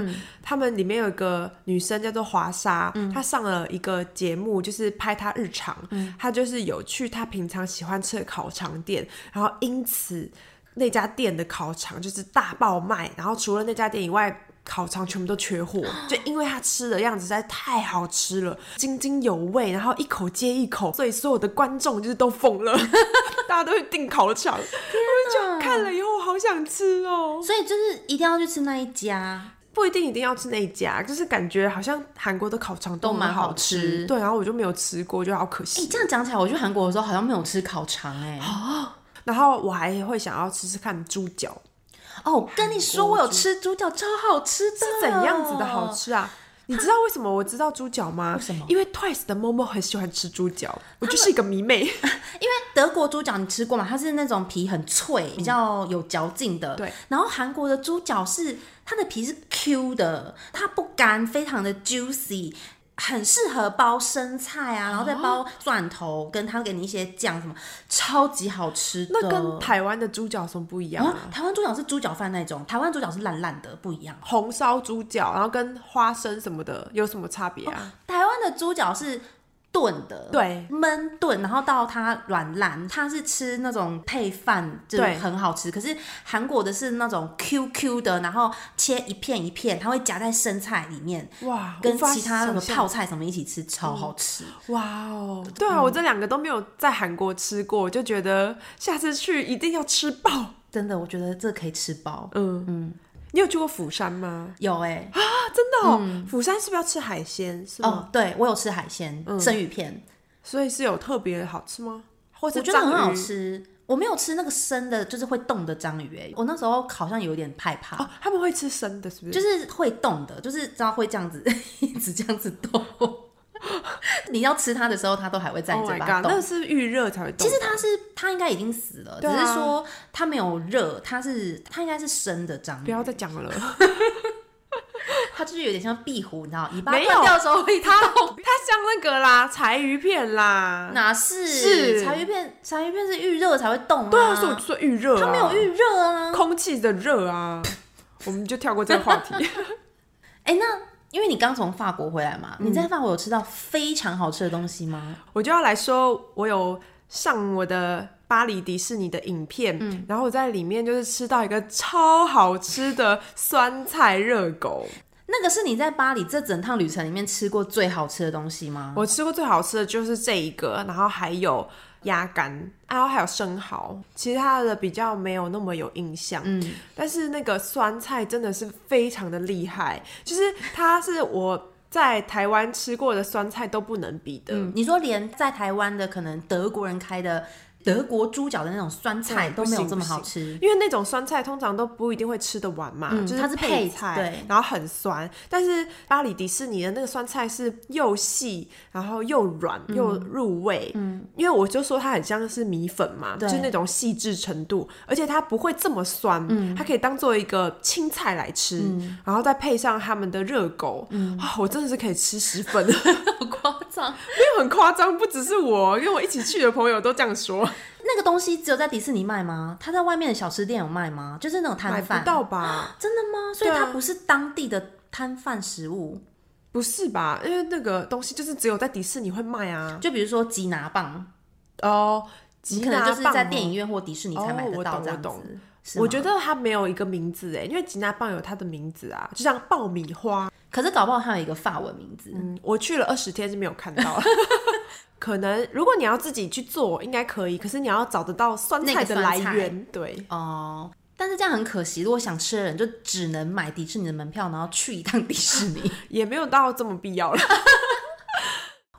B: 他们里面有一个女生叫做华莎，她上了一个节目，就是拍她日常，她就是有去她平常喜欢吃的烤肠店，然后因此那家店的烤肠就是大爆卖，然后除了那家店以外。烤肠全部都缺货，就因为她吃的样子实在太好吃了，津津有味，然后一口接一口，所以所有的观众就是都疯了。大家都去订烤肠，我就觉得看了以后我好想吃哦。
A: 所以就是一定要去吃那一家。
B: 不一定一定要吃那一家，就是感觉好像韩国的烤肠
A: 都蛮
B: 蛮好
A: 好吃
B: 对，然后我就没有吃过，我觉得好可
A: 哎、
B: 惜。
A: 这样讲起来，我去韩国的时候好像没有吃烤肠哎、
B: 然后我还会想要吃吃看猪脚
A: 哦，我跟你说，我有吃猪脚，超好吃的。
B: 是怎样子的哦好？吃啊。你知道为什么我知道猪脚吗？为
A: 什么
B: 因为 Twice 的 Momo 很喜欢吃猪脚，我就是一个迷妹。
A: 因为德国猪脚你吃过嘛？它是那种皮很脆，比较有嚼劲的。
B: 嗯对。
A: 然后韩国的猪脚是它的皮是 Q 的，它不干，非常的 juicy。很适合包生菜
B: 哦
A: 啊，然后再包蒜头，跟它给你一些酱什么，超级好吃的。
B: 那跟台湾的猪脚有什么不一样啊？
A: 啊台湾猪脚是猪脚饭那种，台湾猪脚是烂烂的，不一样。
B: 红烧猪脚，然后跟花生什么的有什么差别啊？
A: 台湾的猪脚是炖的，
B: 对，
A: 焖炖，然后到它软烂，它是吃那种配饭，就是
B: 对
A: 很好吃。可是韩国的是那种 QQ 的，然后切一片一片，它会夹在生菜里面，
B: 哇，
A: 跟
B: 无法
A: 其他什
B: 想
A: 么
B: 象
A: 泡菜什么一起吃，超好吃。
B: 哇哦，对啊，我这两个都没有在韩国吃过，我就觉得下次去一定要吃爆。
A: 真的，我觉得这可以吃饱。
B: 嗯嗯，你有去过釜山吗？
A: 有哎、
B: 啊，真的哦，釜山是不是要吃海鲜？是吗？
A: 嗯哦，对我有嗯吃海鲜，生鱼片，
B: 所以是有特别好吃吗？或是
A: 我觉得很
B: 章鱼
A: 好吃。啊我没有吃那个生的，就是会动的章鱼、欸。哎，我那时候好像有点害怕，
B: 哦，他们会吃生的，是不是？
A: 就是会动的，就是知道会这样子 一直这样子动。 你要吃它的时候，它都还会在你
B: oh
A: 嘴
B: my
A: 巴
B: god，
A: 动。
B: 那个是预热才会动。
A: 其实它是它应该已经死了，
B: 对啊
A: 只是说它没有热，它是它应该是生的章
B: 不
A: 鱼
B: 要，再讲 了，
A: 它就是有点像壁虎，你知道，尾巴
B: 没
A: 断
B: 有
A: 掉的时候会
B: 它它像那个啦，柴鱼片啦。
A: 哪是
B: 是
A: 柴鱼片？柴鱼片是预热才会动啊，
B: 对啊，所以我就说预热、啊，
A: 它没有预热啊。
B: 空气的热啊。我们就跳过这个话题。
A: 哎、那因为你刚从法国回来嘛，
B: 嗯
A: 你在法国有吃到非常好吃的东西吗？
B: 我就要来说，我有上我的巴黎迪士尼的影片，
A: 嗯
B: 然后我在里面就是吃到一个超好吃的酸菜热狗，
A: 那个是你在巴黎这整趟旅程里面吃过最好吃的东西吗？
B: 我吃过最好吃的就是这一个，然后还有鸭肝，然后还有生蚝，其他的比较没有那么有印象。
A: 嗯，
B: 但是那个酸菜真的是非常的厉害，就是它是我在台湾吃过的酸菜都不能比的。
A: 嗯，你说连在台湾的可能德国人开的德国猪脚的那种酸菜
B: 对
A: 都没有
B: 哦不行
A: 这么
B: 不行
A: 好 吃，
B: 因为那种酸菜通常都不一定会吃得完嘛，
A: 嗯
B: 就是
A: 它是配
B: 配菜，
A: 对
B: 然后很酸。但是巴黎迪士尼的那个酸菜是又细，然后又软又入味，嗯，因为我就说它很像是米粉嘛，
A: 对
B: 就是那种细致程度，而且它不会这么酸，
A: 嗯
B: 它可以当做一个青菜来吃，然后再配上他们的热狗，
A: 嗯
B: 啊，我真的是可以吃十份， 因
A: 好夸张。
B: 为很夸张，不只是我，因为我一起去的朋友都这样 说，
A: 那个东西只有在迪士尼卖吗？它在外面的小吃店有卖吗？就是那种
B: 买
A: 摊
B: 不
A: 贩，
B: 到吧。
A: 真的吗？所以
B: 对啊
A: 它不是当地的摊贩食物，
B: 不是吧？因为那个东西就是只有在迪士尼会卖啊。
A: 就比如说吉拿棒，
B: 哦，
A: 你
B: 吉
A: 可能就
B: 拿
A: 是
B: 棒
A: 在
B: 哦
A: 电影院或迪士尼才
B: 哦
A: 买得
B: 我
A: 到
B: 懂
A: 这
B: 我
A: 样
B: 懂
A: 子。是
B: 我
A: 吗
B: 觉得它没有一个名字哎，因为吉拿棒有它的名字啊，就像爆米花。
A: 可是搞不好它有一个法文名字，
B: 嗯，我去了二十天是没有看 到。可能如果你要自己去做，应该可以，可是你要找得到酸
A: 那个
B: 菜的
A: 酸
B: 来
A: 菜
B: 源。对，
A: 哦，但是这样很可惜，如果想吃的人就只能买迪士尼的门票，然后去一趟迪士尼。
B: 也没有到这么必要 了。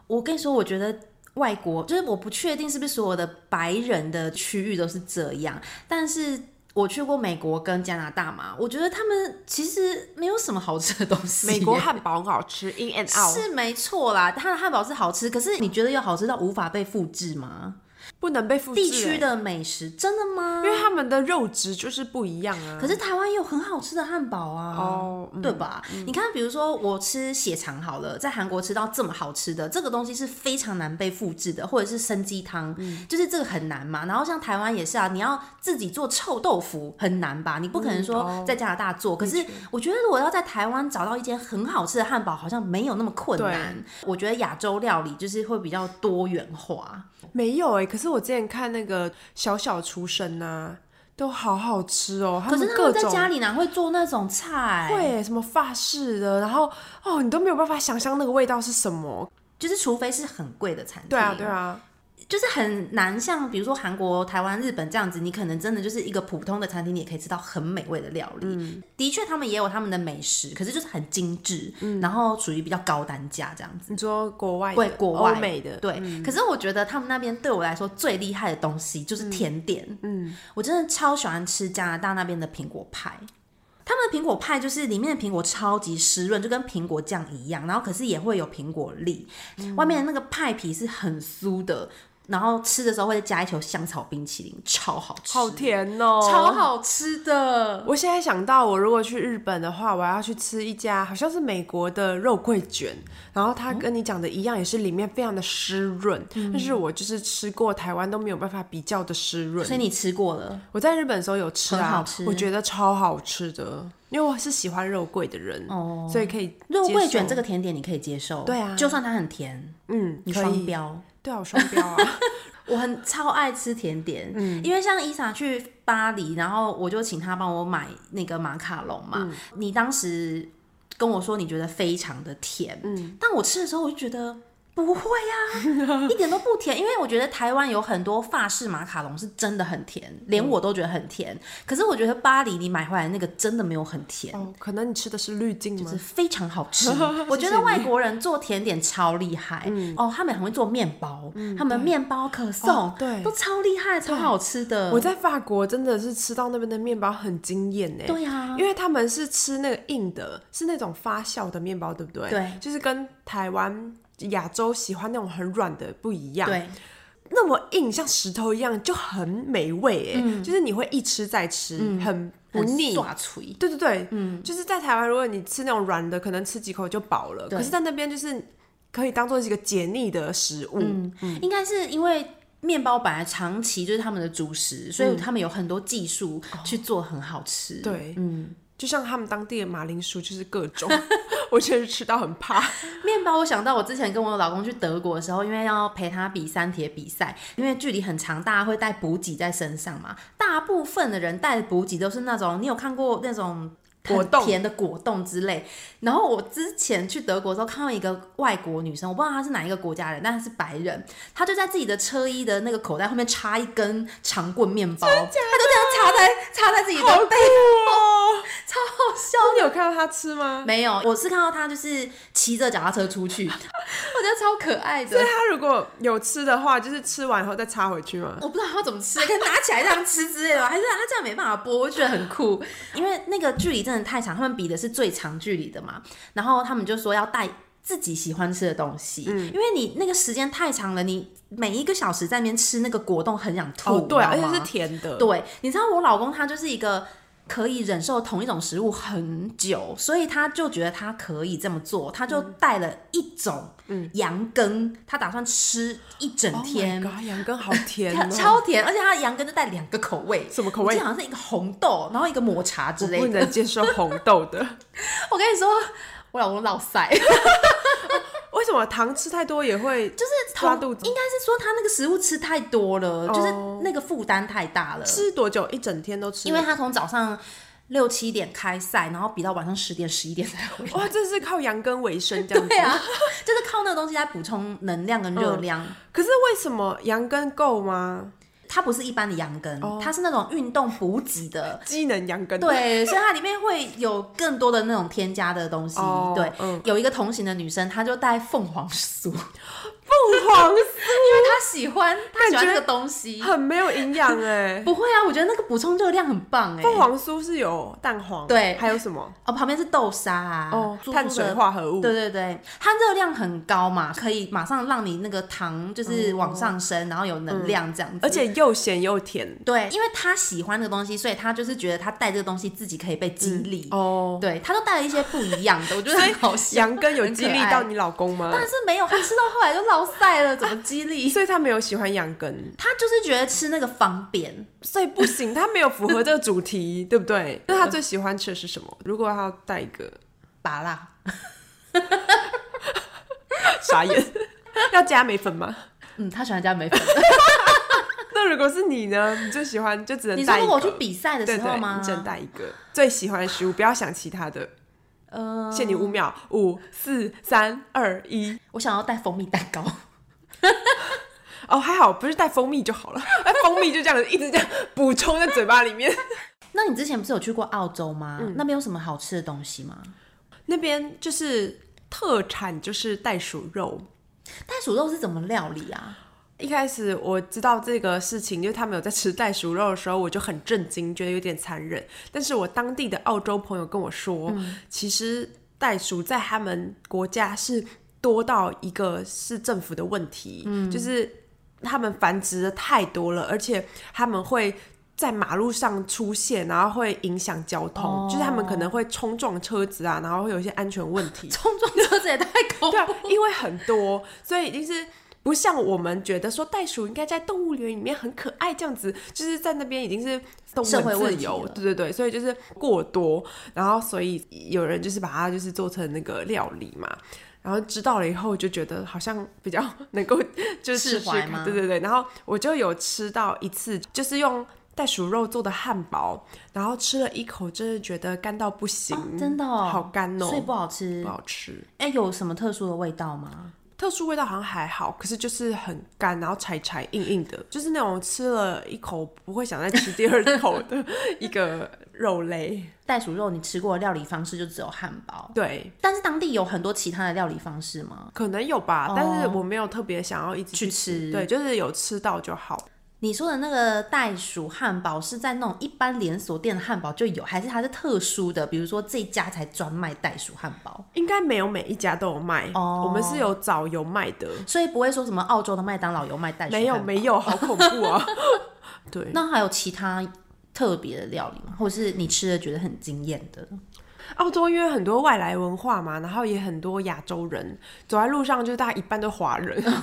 A: 我跟你说，我觉得。外国就是我不确定是不是所有的白人的区域都是这样，但是我去过美国跟加拿大嘛，我觉得他们其实没有什么好吃的东西耶。
B: 美国汉堡很好吃，In and Out
A: 是没错啦，它的汉堡是好吃，可是你觉得有好吃到无法被复制吗？
B: 不能被复制
A: 地区
B: 欸，
A: 的美食真的吗？
B: 因为他们的肉质就是不一样啊。
A: 可是台湾也有很好吃的汉堡啊，
B: 哦嗯
A: 对吧？你看，比如说我吃血肠好了，在韩国吃到这么好吃的，这个东西是非常难被复制的，或者是参鸡汤，
B: 嗯
A: 就是这个很难嘛。然后像台湾也是啊，你要自己做臭豆腐很难吧？你不可能说
B: 哦
A: 在加拿大做，可是我觉得如果要在台湾找到一间很好吃的汉堡，好像没有那么困难。我觉得亚洲料理就是会比较多元化。
B: 没有哎、可是我之前看那个小小厨神呐、都好好吃哦、
A: 可是
B: 们
A: 他
B: 各
A: 们在
B: 种
A: 家里哪会做那种菜？
B: 会欸、什么法式的，然后哦，你都没有办法想象那个味道是什么。
A: 就是除非是很贵的餐厅。
B: 对啊，对啊，
A: 就是很难像比如说韩国、台湾、日本这样子，你可能真的就是一个普通的餐厅，你也可以吃到很美味的料理。的确，他们也有他们的美食，可是就是很精致，然后属于比较高单价这样子。
B: 你说国外的
A: 对国外
B: 欧美的，嗯
A: 对，可是我觉得他们那边对我来说最厉害的东西就是甜点。嗯，我真的超喜欢吃加拿大那边的苹果派。他们的苹果派就是里面的苹果超级湿润，就跟苹果酱一样，然后可是也会有苹果粒，
B: 嗯
A: 外面的那个派皮是很酥的，然后吃的时候会加一球香草冰淇淋，超好吃，
B: 好甜哦、
A: 超。好吃的。
B: 我现在想到，我如果去日本的话，我要去吃一家好像是美国的肉桂卷，然后它
A: 嗯
B: 跟你讲的一样，也是里面非常的湿润，但是我就是吃过台湾都没有办法比较的湿润。
A: 所以你吃过了，
B: 我在日本的时候有吃啊，
A: 很好吃
B: 我觉得超好吃的，因为我是喜欢肉桂的人，
A: 哦
B: 所以可以
A: 肉桂卷这
B: 个，
A: 个甜点你可以接受，
B: 对啊
A: 就算它很甜，
B: 嗯，
A: 你
B: 可
A: 双
B: 以，
A: 标。
B: 对啊，我双 标啊，
A: 我很超爱吃甜点，因为像伊莎去巴黎，然后我就请她帮我买那个马卡龙嘛。你当时跟我说你觉得非常的甜，但我吃的时候我就觉得不会呀、一点都不甜，因为我觉得台湾有很多法式马卡龙是真的很甜，连我都觉得很甜。可是我觉得巴黎你买回来那个真的没有很甜，
B: 哦，可能你吃的是滤镜吗
A: 是？非常好 吃。我觉得外国人做甜点超厉害、
B: 嗯
A: 哦，他们很会做面包，他们面包可颂、
B: 哦嗯对
A: 都超厉害，超好吃的。
B: 我在法国真的是吃到那边的面包很惊艳呢。
A: 对啊
B: 因为他们是吃那个硬的，是那种发酵的面包，对不对？
A: 对
B: 就是跟台湾亚洲喜欢那种很软的不一样。
A: 对，
B: 那么硬，像石头一样，就很美味哎、
A: 嗯
B: 就是你会一吃再吃，很不腻。
A: 耍锤。
B: 对对对，嗯，就是在台湾，如果你吃那种软的，可能吃几口就饱了。可是，在那边就是可以当做一个解腻的食物。嗯
A: 应该是因为面包本来长期就是他们的主食，所以他们有很多技术去做很好吃。
B: 嗯哦对，嗯，就像他们当地的马铃薯，就是各种， 我确实吃到很怕。
A: 面包，我想到我之前跟我老公去德国的时候，因为要陪他比三铁比赛，因为距离很长，大家会带补给在身上嘛。大部分的人带的补给都是那种，你有看过那种很
B: 果冻
A: 甜的果冻之类。然后我之前去德国的时候，看到一个外国女生，我不知道她是哪一个国家人，但她是白人，她就在自己的车衣的那个口袋后面插一根长棍面包，她就这样插在插在自己的背，
B: 哦，
A: 超好笑。
B: 你有看到他吃吗？
A: 没有，我是看到她就是骑着脚踏车 出去，我觉得超可爱的
B: 所以。他如果有吃的话，就是吃完以后再插回去吗？
A: 我不知道他怎么吃，可以 拿起来这样吃之类的吧，还是他这样没办法播，我觉得很酷。因为那个距离真的太长，他们比的是最长距离的嘛，然后他们就说要带。自己喜欢吃的东西，因为你那个时间太长了，你每一个小时在那边吃那个果冻，很想吐。
B: 哦，对，
A: 你
B: 而
A: 知
B: 且
A: 道吗
B: 是甜的。
A: 啊
B: Oh
A: 对，你知道我老公他就是一个可以忍受同一种食物很久，所以他就觉得他可以这么做，他就带了一种羊羹，他打算吃一整
B: Oh my
A: 天。
B: God，羊羹好甜
A: 它
B: 哦，
A: 超甜，而且它的羊羹就带两个口味，
B: 什么口味
A: 我记得好像是一个红豆，然后一个抹茶之类
B: 不
A: 的。
B: 能接受红豆的。
A: 我跟你说，我老公老塞，
B: 为什么糖吃太多也会就是抓
A: 同
B: 肚子
A: 应？该是说他那个食物吃太多了，就是
B: 哦
A: 那个负担太大了。
B: 吃多久？一整天都吃？
A: 因为他从早上六七点开赛，然后比到晚上十点十一点才回来。
B: 哇，这是靠羊羹为生这样子。
A: 对啊，就是靠那个东西来补充能量跟
B: 嗯
A: 热量。
B: 可是为什么羊羹够吗？
A: 它不是一般的羊羹，
B: 哦
A: 它是那种运动补给的
B: 机能羊羹。
A: 对，所以它里面会有更多的那种添加的东西。
B: 哦
A: 对，
B: 嗯
A: 有一个同行的女生，她就带凤凰 酥，因为
B: 凤凰
A: 她喜欢，她喜
B: 感
A: 欢这
B: 觉
A: 个东西。
B: 很没有营养 哎。
A: 不会啊，我觉得那个补充热量很棒哎、
B: 凤凰酥是有蛋黄，
A: 对
B: 还有什么？
A: 哦，旁边是豆沙啊，
B: 哦
A: 猪猪的
B: 碳水化合物
A: 对对对，它热量很高嘛，可以马上让你那个糖就是往上升，然后有能量这样子。
B: 哦嗯而且又咸又甜
A: 对，因为她喜欢这个东西，所以她就是觉得她带这个东西自己可以被激励。
B: 哦。
A: 对，她就带了一些不一样的，我觉得很好笑。
B: 羊羹有激励
A: 很可爱
B: 到你老公吗
A: 当？然是没有，他吃到后来就落晒了，怎么激励？
B: 所以他没有喜欢羊羹，
A: 他就是觉得吃那个方便，
B: 所以不行，他没有符合这个主 题，对不对？那他最喜欢吃的是什么？如果他要带一 个
A: 拔辣
B: 傻眼，要加梅粉吗？
A: 嗯，他喜欢加梅粉。
B: 那如果是你呢？你最喜欢就只能
A: 你说
B: 带一
A: 如
B: 个。
A: 果我去比赛的
B: 对
A: 时
B: 对，
A: 候吗
B: 你？只能带一个最喜欢的食物，不要想其他的。
A: 呃，
B: 限你五秒，五、四、三、二、一。
A: 我想要带蜂蜜蛋糕，
B: 哦，还好不是带蜂蜜就好了，哎，蜂蜜就这样一直这样补充在嘴巴里面。
A: 那你之前不是有去过澳洲吗？那边有什么好吃的东西吗？
B: 那边就是特产就是袋鼠肉。
A: 袋鼠肉是怎么料理啊？
B: 一开始我知道这个事情，就是他们有在吃袋鼠肉的时候，我就很震惊，觉得有点残忍。但是我当地的澳洲朋友跟我说，其实袋鼠在他们国家是多到一个是政府的问题，就是他们繁殖的太多了，而且他们会。在马路上出现，然后会影响交通就是他们可能会冲撞车子啊，然后会有一些安全问题。
A: 冲撞车子也太恐怖
B: 对啊，因为很多，所以就是不像我们觉得说袋鼠应该在动物园里面很可爱这样子，就是在那边已经是动物
A: 社会
B: 很自
A: 问题
B: 由
A: 了，
B: 对对对，所以就是过多，然后所以有人就是把它就是做成那个料理嘛。然后知道了以后，就觉得好像比较 能够就是
A: 释
B: 试试
A: 怀
B: 看
A: 吗
B: 对对对。然后我就有吃到一次，就是用袋鼠肉做的汉堡，然后吃了一口，真的觉得干到不行，
A: 真的哦
B: 好干哦，
A: 所以不好吃
B: 不。好吃。
A: 哎、有什么特殊的味道吗？
B: 特殊味道好像还好，可是就是很干，然后柴柴硬硬的，就是那种吃了一口不会想再吃第二口 的一个肉类。
A: 袋鼠肉你吃过的料理方式就只有汉堡，
B: 对，
A: 但是当地有很多其他的料理方式吗？
B: 可能有吧，但是我没有特别想要一直
A: 哦去吃
B: 吃对，就是有吃到就好。
A: 你说的那个袋鼠汉堡是在那种一般连锁店的汉堡就有，还是它是特殊的？比如说这家才专卖袋鼠汉堡，
B: 应该没有每一家都有卖，
A: 哦
B: 我们是有找有卖的，
A: 所以不会说什么澳洲的麦当劳有卖袋鼠汉
B: 没
A: 堡。
B: 有没有，好恐怖啊！对，
A: 那还有其他特别的料理吗？或者是你吃了觉得很惊艳的？
B: 澳洲因为很多外来文化嘛，然后也很多亚洲人，走在路上就是大家一半都华人，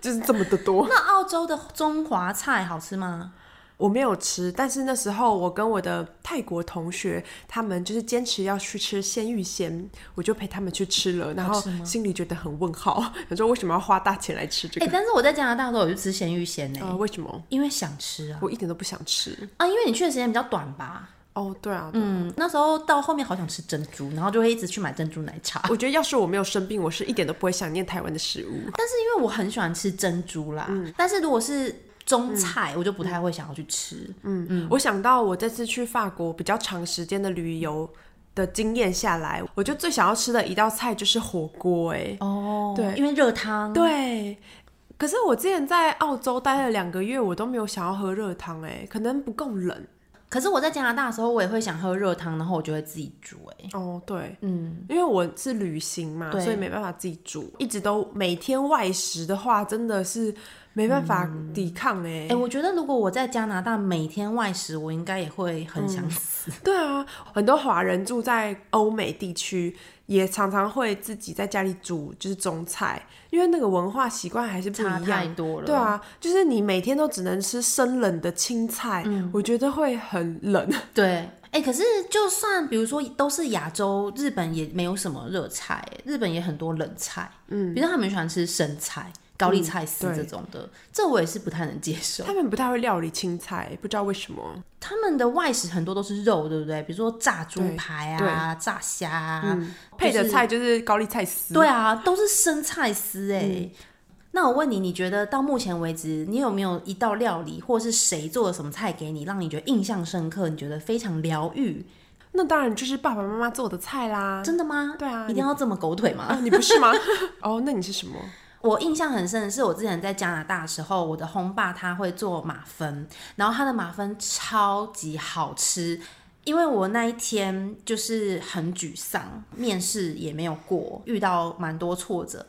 B: 就是这么的多。
A: 那澳洲的中华菜好吃吗？
B: 我没有吃，但是那时候我跟我的泰国同学，他们就是坚持要去吃鲜芋仙，我就陪他们去吃了，然后心里觉得很问号，想说为什么要花大钱来吃这
A: 哎、
B: 个？
A: 但是我在加拿大都有去吃咸芋仙呢、
B: 呃，为什么？
A: 因为想吃啊
B: 我一点都不想吃。
A: 啊，因为你去的时间比较短吧。
B: 哦，对啊，
A: 嗯，那时候到后面好想吃珍珠，然后就会一直去买珍珠奶茶。
B: 我觉得要是我没有生病，我是一点都不会想念台湾的食物。
A: 但是因为我很喜欢吃珍珠啦，
B: 嗯
A: 但是如果是中菜，我就不太会想要去吃。哦
B: 嗯，我想到我这次去法国比较长时间的旅游的经验下来，我就最想要吃的一道菜就是火锅、哎、
A: 哦，
B: 对
A: 因为热汤。
B: 对。可是我之前在澳洲待了两个月，我都没有想要喝热汤，哎，可能不够冷。
A: 可是我在加拿大的时候，我也会想喝热汤，然后我就会自己煮、哎，
B: 哦，对，
A: 嗯，
B: 因为我是旅行嘛，
A: 对
B: 所以没办法自己煮，一直都每天外食的话，真的是没办法抵抗、哎、
A: 哎、我觉得如果我在加拿大每天外食，我应该也会很
B: 嗯
A: 想死。
B: 对啊，很多华人住在欧美地区，也常常会自己在家里煮，就是中菜，因为那个文化习惯还是不
A: 差
B: 一
A: 太
B: 样。
A: 多了。
B: 对，啊，就是你每天都只能吃生冷的青菜，
A: 嗯
B: 我觉得会很冷。
A: 对，哎、可是就算比如说都是亚洲，日本也没有什么热菜、哎日本也很多冷菜，嗯，比如说他们喜欢吃生菜、高丽菜丝
B: 嗯对
A: 这种的，这我也是不太能接受。
B: 他们不太会料理青菜，不知道为什么。
A: 他们的外食很多都是肉，对不对？比如说炸猪
B: 对嗯
A: 排啊、炸虾啊，
B: 配
A: 就
B: 的
A: 是
B: 菜就是高丽菜丝。嗯
A: 对啊，都是生菜丝哎、那我问你，你觉得到目前为止，你有没有一道料理，或是谁做了什么菜给你，让你觉得印象深刻？你觉得非常疗愈？
B: 那当然就是爸爸妈妈做的菜啦。
A: 真的吗？
B: 对啊
A: 一定要这么狗腿吗？
B: 啊，你不是吗？ 哦，那你是什么？
A: 我印象很深的是，我之前在加拿大的时候，我的烘爸他会做马芬，然后他的马芬超级好吃。因为我那一天就是很沮丧，面试也没有过，遇到蛮多挫折。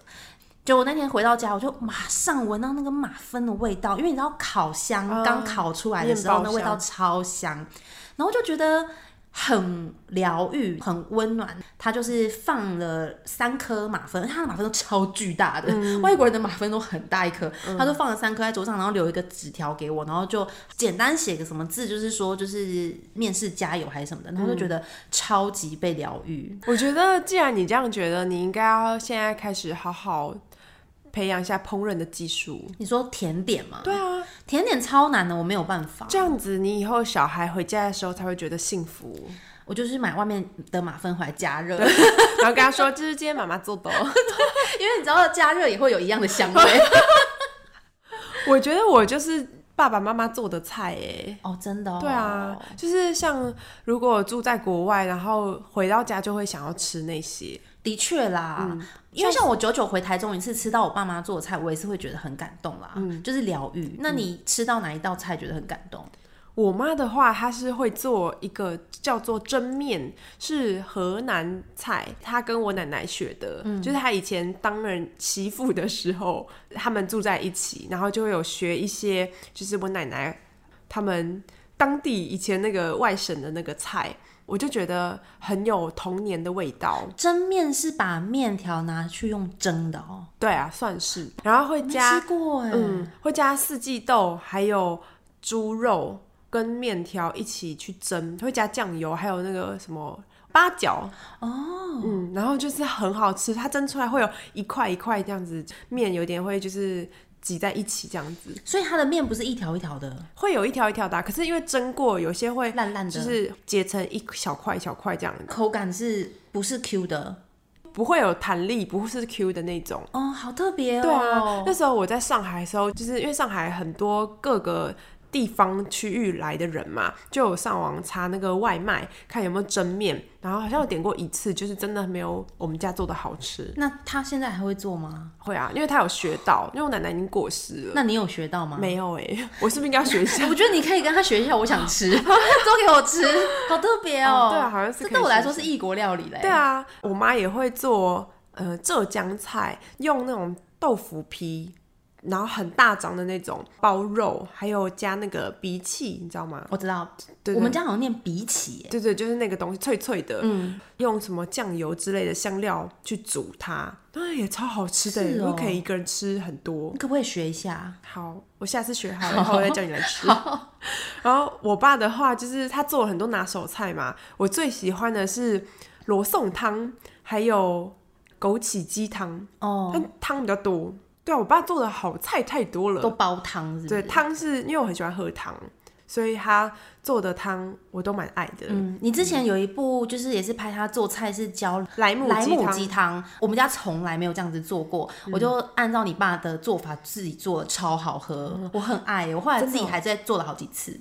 A: 就我那天回到家，我就马上闻到那个马芬的味道，因为你知道烤箱
B: 啊
A: 刚烤出来的时候，
B: 面包
A: 那
B: 香
A: 味道超香，然后就觉得很疗愈、很温暖。它就是放了三颗马芬，它的马芬都超巨大的，
B: 嗯
A: 外国人的马芬都很大一颗，他就放了三颗在桌上，然后留一个纸条给我，然后就简单写个什么字，就是说就是面试加油还是什
B: 嗯
A: 么的，然后就觉得超级被疗愈。
B: 我觉得，既然你这样觉得，你应该要现在开始好好培养一下烹饪的技术。
A: 你说甜点嘛，
B: 对啊，
A: 甜点超难的，我没有办法。
B: 这样子你以后小孩回家的时候才会觉得幸福。
A: 我就是买外面的马芬回来加热，
B: 然后跟他说：“这是今天妈妈做的、 哦。
A: 因为你知道加热也会有一样的 香味。”
B: 我觉得我就是爸爸妈妈做的菜哎。
A: 哦，真的、哦。
B: 对啊，就是像如果住在国外，然后回到家就会想要吃那些。
A: 的确啦，
B: 嗯
A: 因为像我久久回台中一次，吃到我爸妈做的菜，我也是会觉得很感动啦，
B: 嗯
A: 就是疗愈。那你吃到哪一道菜觉得很感动？
B: 我妈的话，她是会做一个叫做蒸面，是河南菜，她跟我奶奶学的，就是她以前当人媳妇的时候，他们住在一起，然后就会有学一些，就是我奶奶他们当地以前那个外省的那个菜，我就觉得很有童年的味道。
A: 蒸面是把面条拿去用蒸的哦，
B: 对啊，算是，然后会
A: 没
B: 加
A: 吃过哎、
B: 嗯，会加四季豆，还有猪肉跟面条一起去蒸，会加酱油，还有那个什么八角哦，嗯，然后就是很好吃，它蒸出来会有一块一块这样子，面有点会就是挤在一起这样子，
A: 所以它的面不是一条一条的，
B: 会有一条一条的啊、可是因为蒸过，有些会
A: 烂烂的，
B: 就是结成一小块一小块这样，
A: 口感是不是 Q 的？
B: 不会有弹力，不是 Q 的那种。
A: 哦，好特别哦。
B: 对啊，那时候我在上海的时候，就是因为上海很多各个地方区域来的人嘛，就有上网查那个外卖，看有没有蒸面，然后好像有点过一次，就是真的没有我们家做的好吃。
A: 那他现在还会做吗？
B: 会啊，因为他有学到，因为我奶奶已经过世了。
A: 那你有学到吗？
B: 呃没有哎、我是不是应该学一下？
A: 我觉得你可以跟他学一下，我想吃， 都给我吃，好特别哦
B: 哦对啊好像是
A: 这
B: 可以
A: 对我来
B: 试
A: 说是异国料理嘞。
B: 对，啊，我妈也会做呃浙江菜，用那种豆腐皮，然后很大张的那种包肉，还有加那个鼻涕，你知道吗？
A: 我知道，
B: 对
A: 我们
B: 对
A: 家好像念比起耶，
B: 对对，就是那个东西脆脆的，
A: 嗯，
B: 用什么酱油之类的香料去煮它，那也超好吃的，
A: 是哦
B: 我可以一个人吃很多
A: 你。可不可以学一下？
B: 好，我下次学好了以后再叫你来吃。 然后我爸的话就是他做了很多拿手菜嘛，我最喜欢的是罗宋汤，还有枸杞鸡汤，
A: 哦，
B: 但汤比较多。对啊，我爸做的好菜太多了
A: 都，煲汤是不是？
B: 对，汤是因为我很喜欢喝汤，所以他做的汤我都蛮爱的。
A: 嗯，你之前有一部就是也是拍他做菜是教
B: 莱姆
A: 莱
B: 鸡
A: 姆
B: 汤
A: 鸡汤，我们家从来没有这样子做过，
B: 嗯
A: 我就按照你爸的做法自己做的，超好喝，
B: 嗯
A: 我很爱耶，我后来自
B: 哦
A: 己还在做了好几次。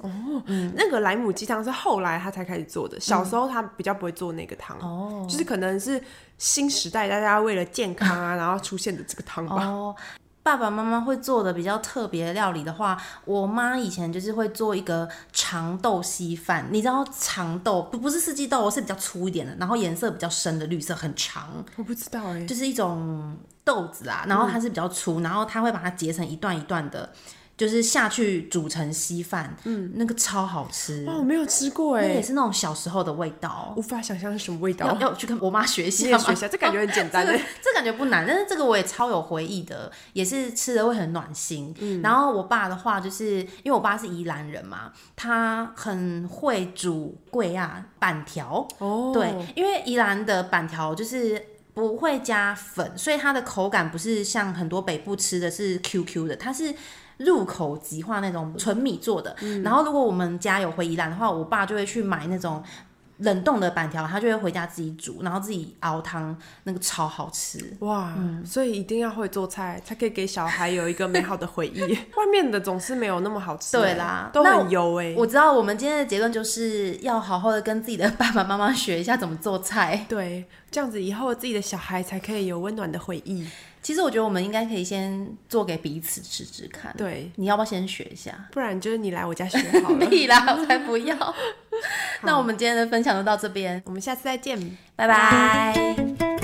B: 那个莱姆鸡汤是后来他才开始做的，小时候他比较不会做那个汤，
A: 嗯哦
B: 就是可能是新时代大家为了健康啊，然后出现的这个汤吧。
A: 哦，爸爸妈妈会做的比较特别的料理的话，我妈以前就是会做一个长豆稀饭。你知道长豆不不是四季豆，是比较粗一点的，然后颜色比较深的绿色，很长，
B: 我不知道哎、
A: 就是一种豆子啊。然后它是比较粗，然后它会把它截成一段一段的，就是下去煮成稀饭。嗯，那个超好吃，
B: 哇，我没有吃过哎、
A: 那也是那种小时候的味道。
B: 无法想象是什么味道
A: 要。要去跟我妈学习
B: 哦你也学一下，这感觉很简单
A: 这
B: 哎、
A: 个 这感觉不难，但是这个我也超有回忆的，也是吃的会很暖心。
B: 嗯
A: 然后我爸的话，就是因为我爸是宜兰人嘛，他很会煮桂亚板条，
B: 哦，
A: 对，因为宜兰的板条就是。不会加粉，所以它的口感不是像很多北部吃的是 QQ 的，它是入口即化那种纯米做的。然后如果我们家有回宜兰的话，我爸就会去买那种冷冻的板条，他就会回家自己煮，然后自己熬汤，那个超好吃。
B: 哇，
A: 嗯
B: 所以一定要会做菜，才可以给小孩有一个美好的回忆。 外面的总是没有那么好吃欸、
A: 对啦
B: 都
A: 那
B: 很油哎、
A: 我知道我们今天的结论就是要好好的跟自己的爸爸妈妈学一下怎么做菜。
B: 对，这样子以后自己的小孩才可以有温暖的回忆。
A: 其实我觉得我们应该可以先做给彼此吃吃看。，
B: 对，
A: 你要不要先学一下？
B: 不然就是你来我家学好了。
A: 屁啦，我才不要。那我们今天的分享就到这边，
B: 我们下次再见，
A: 拜拜。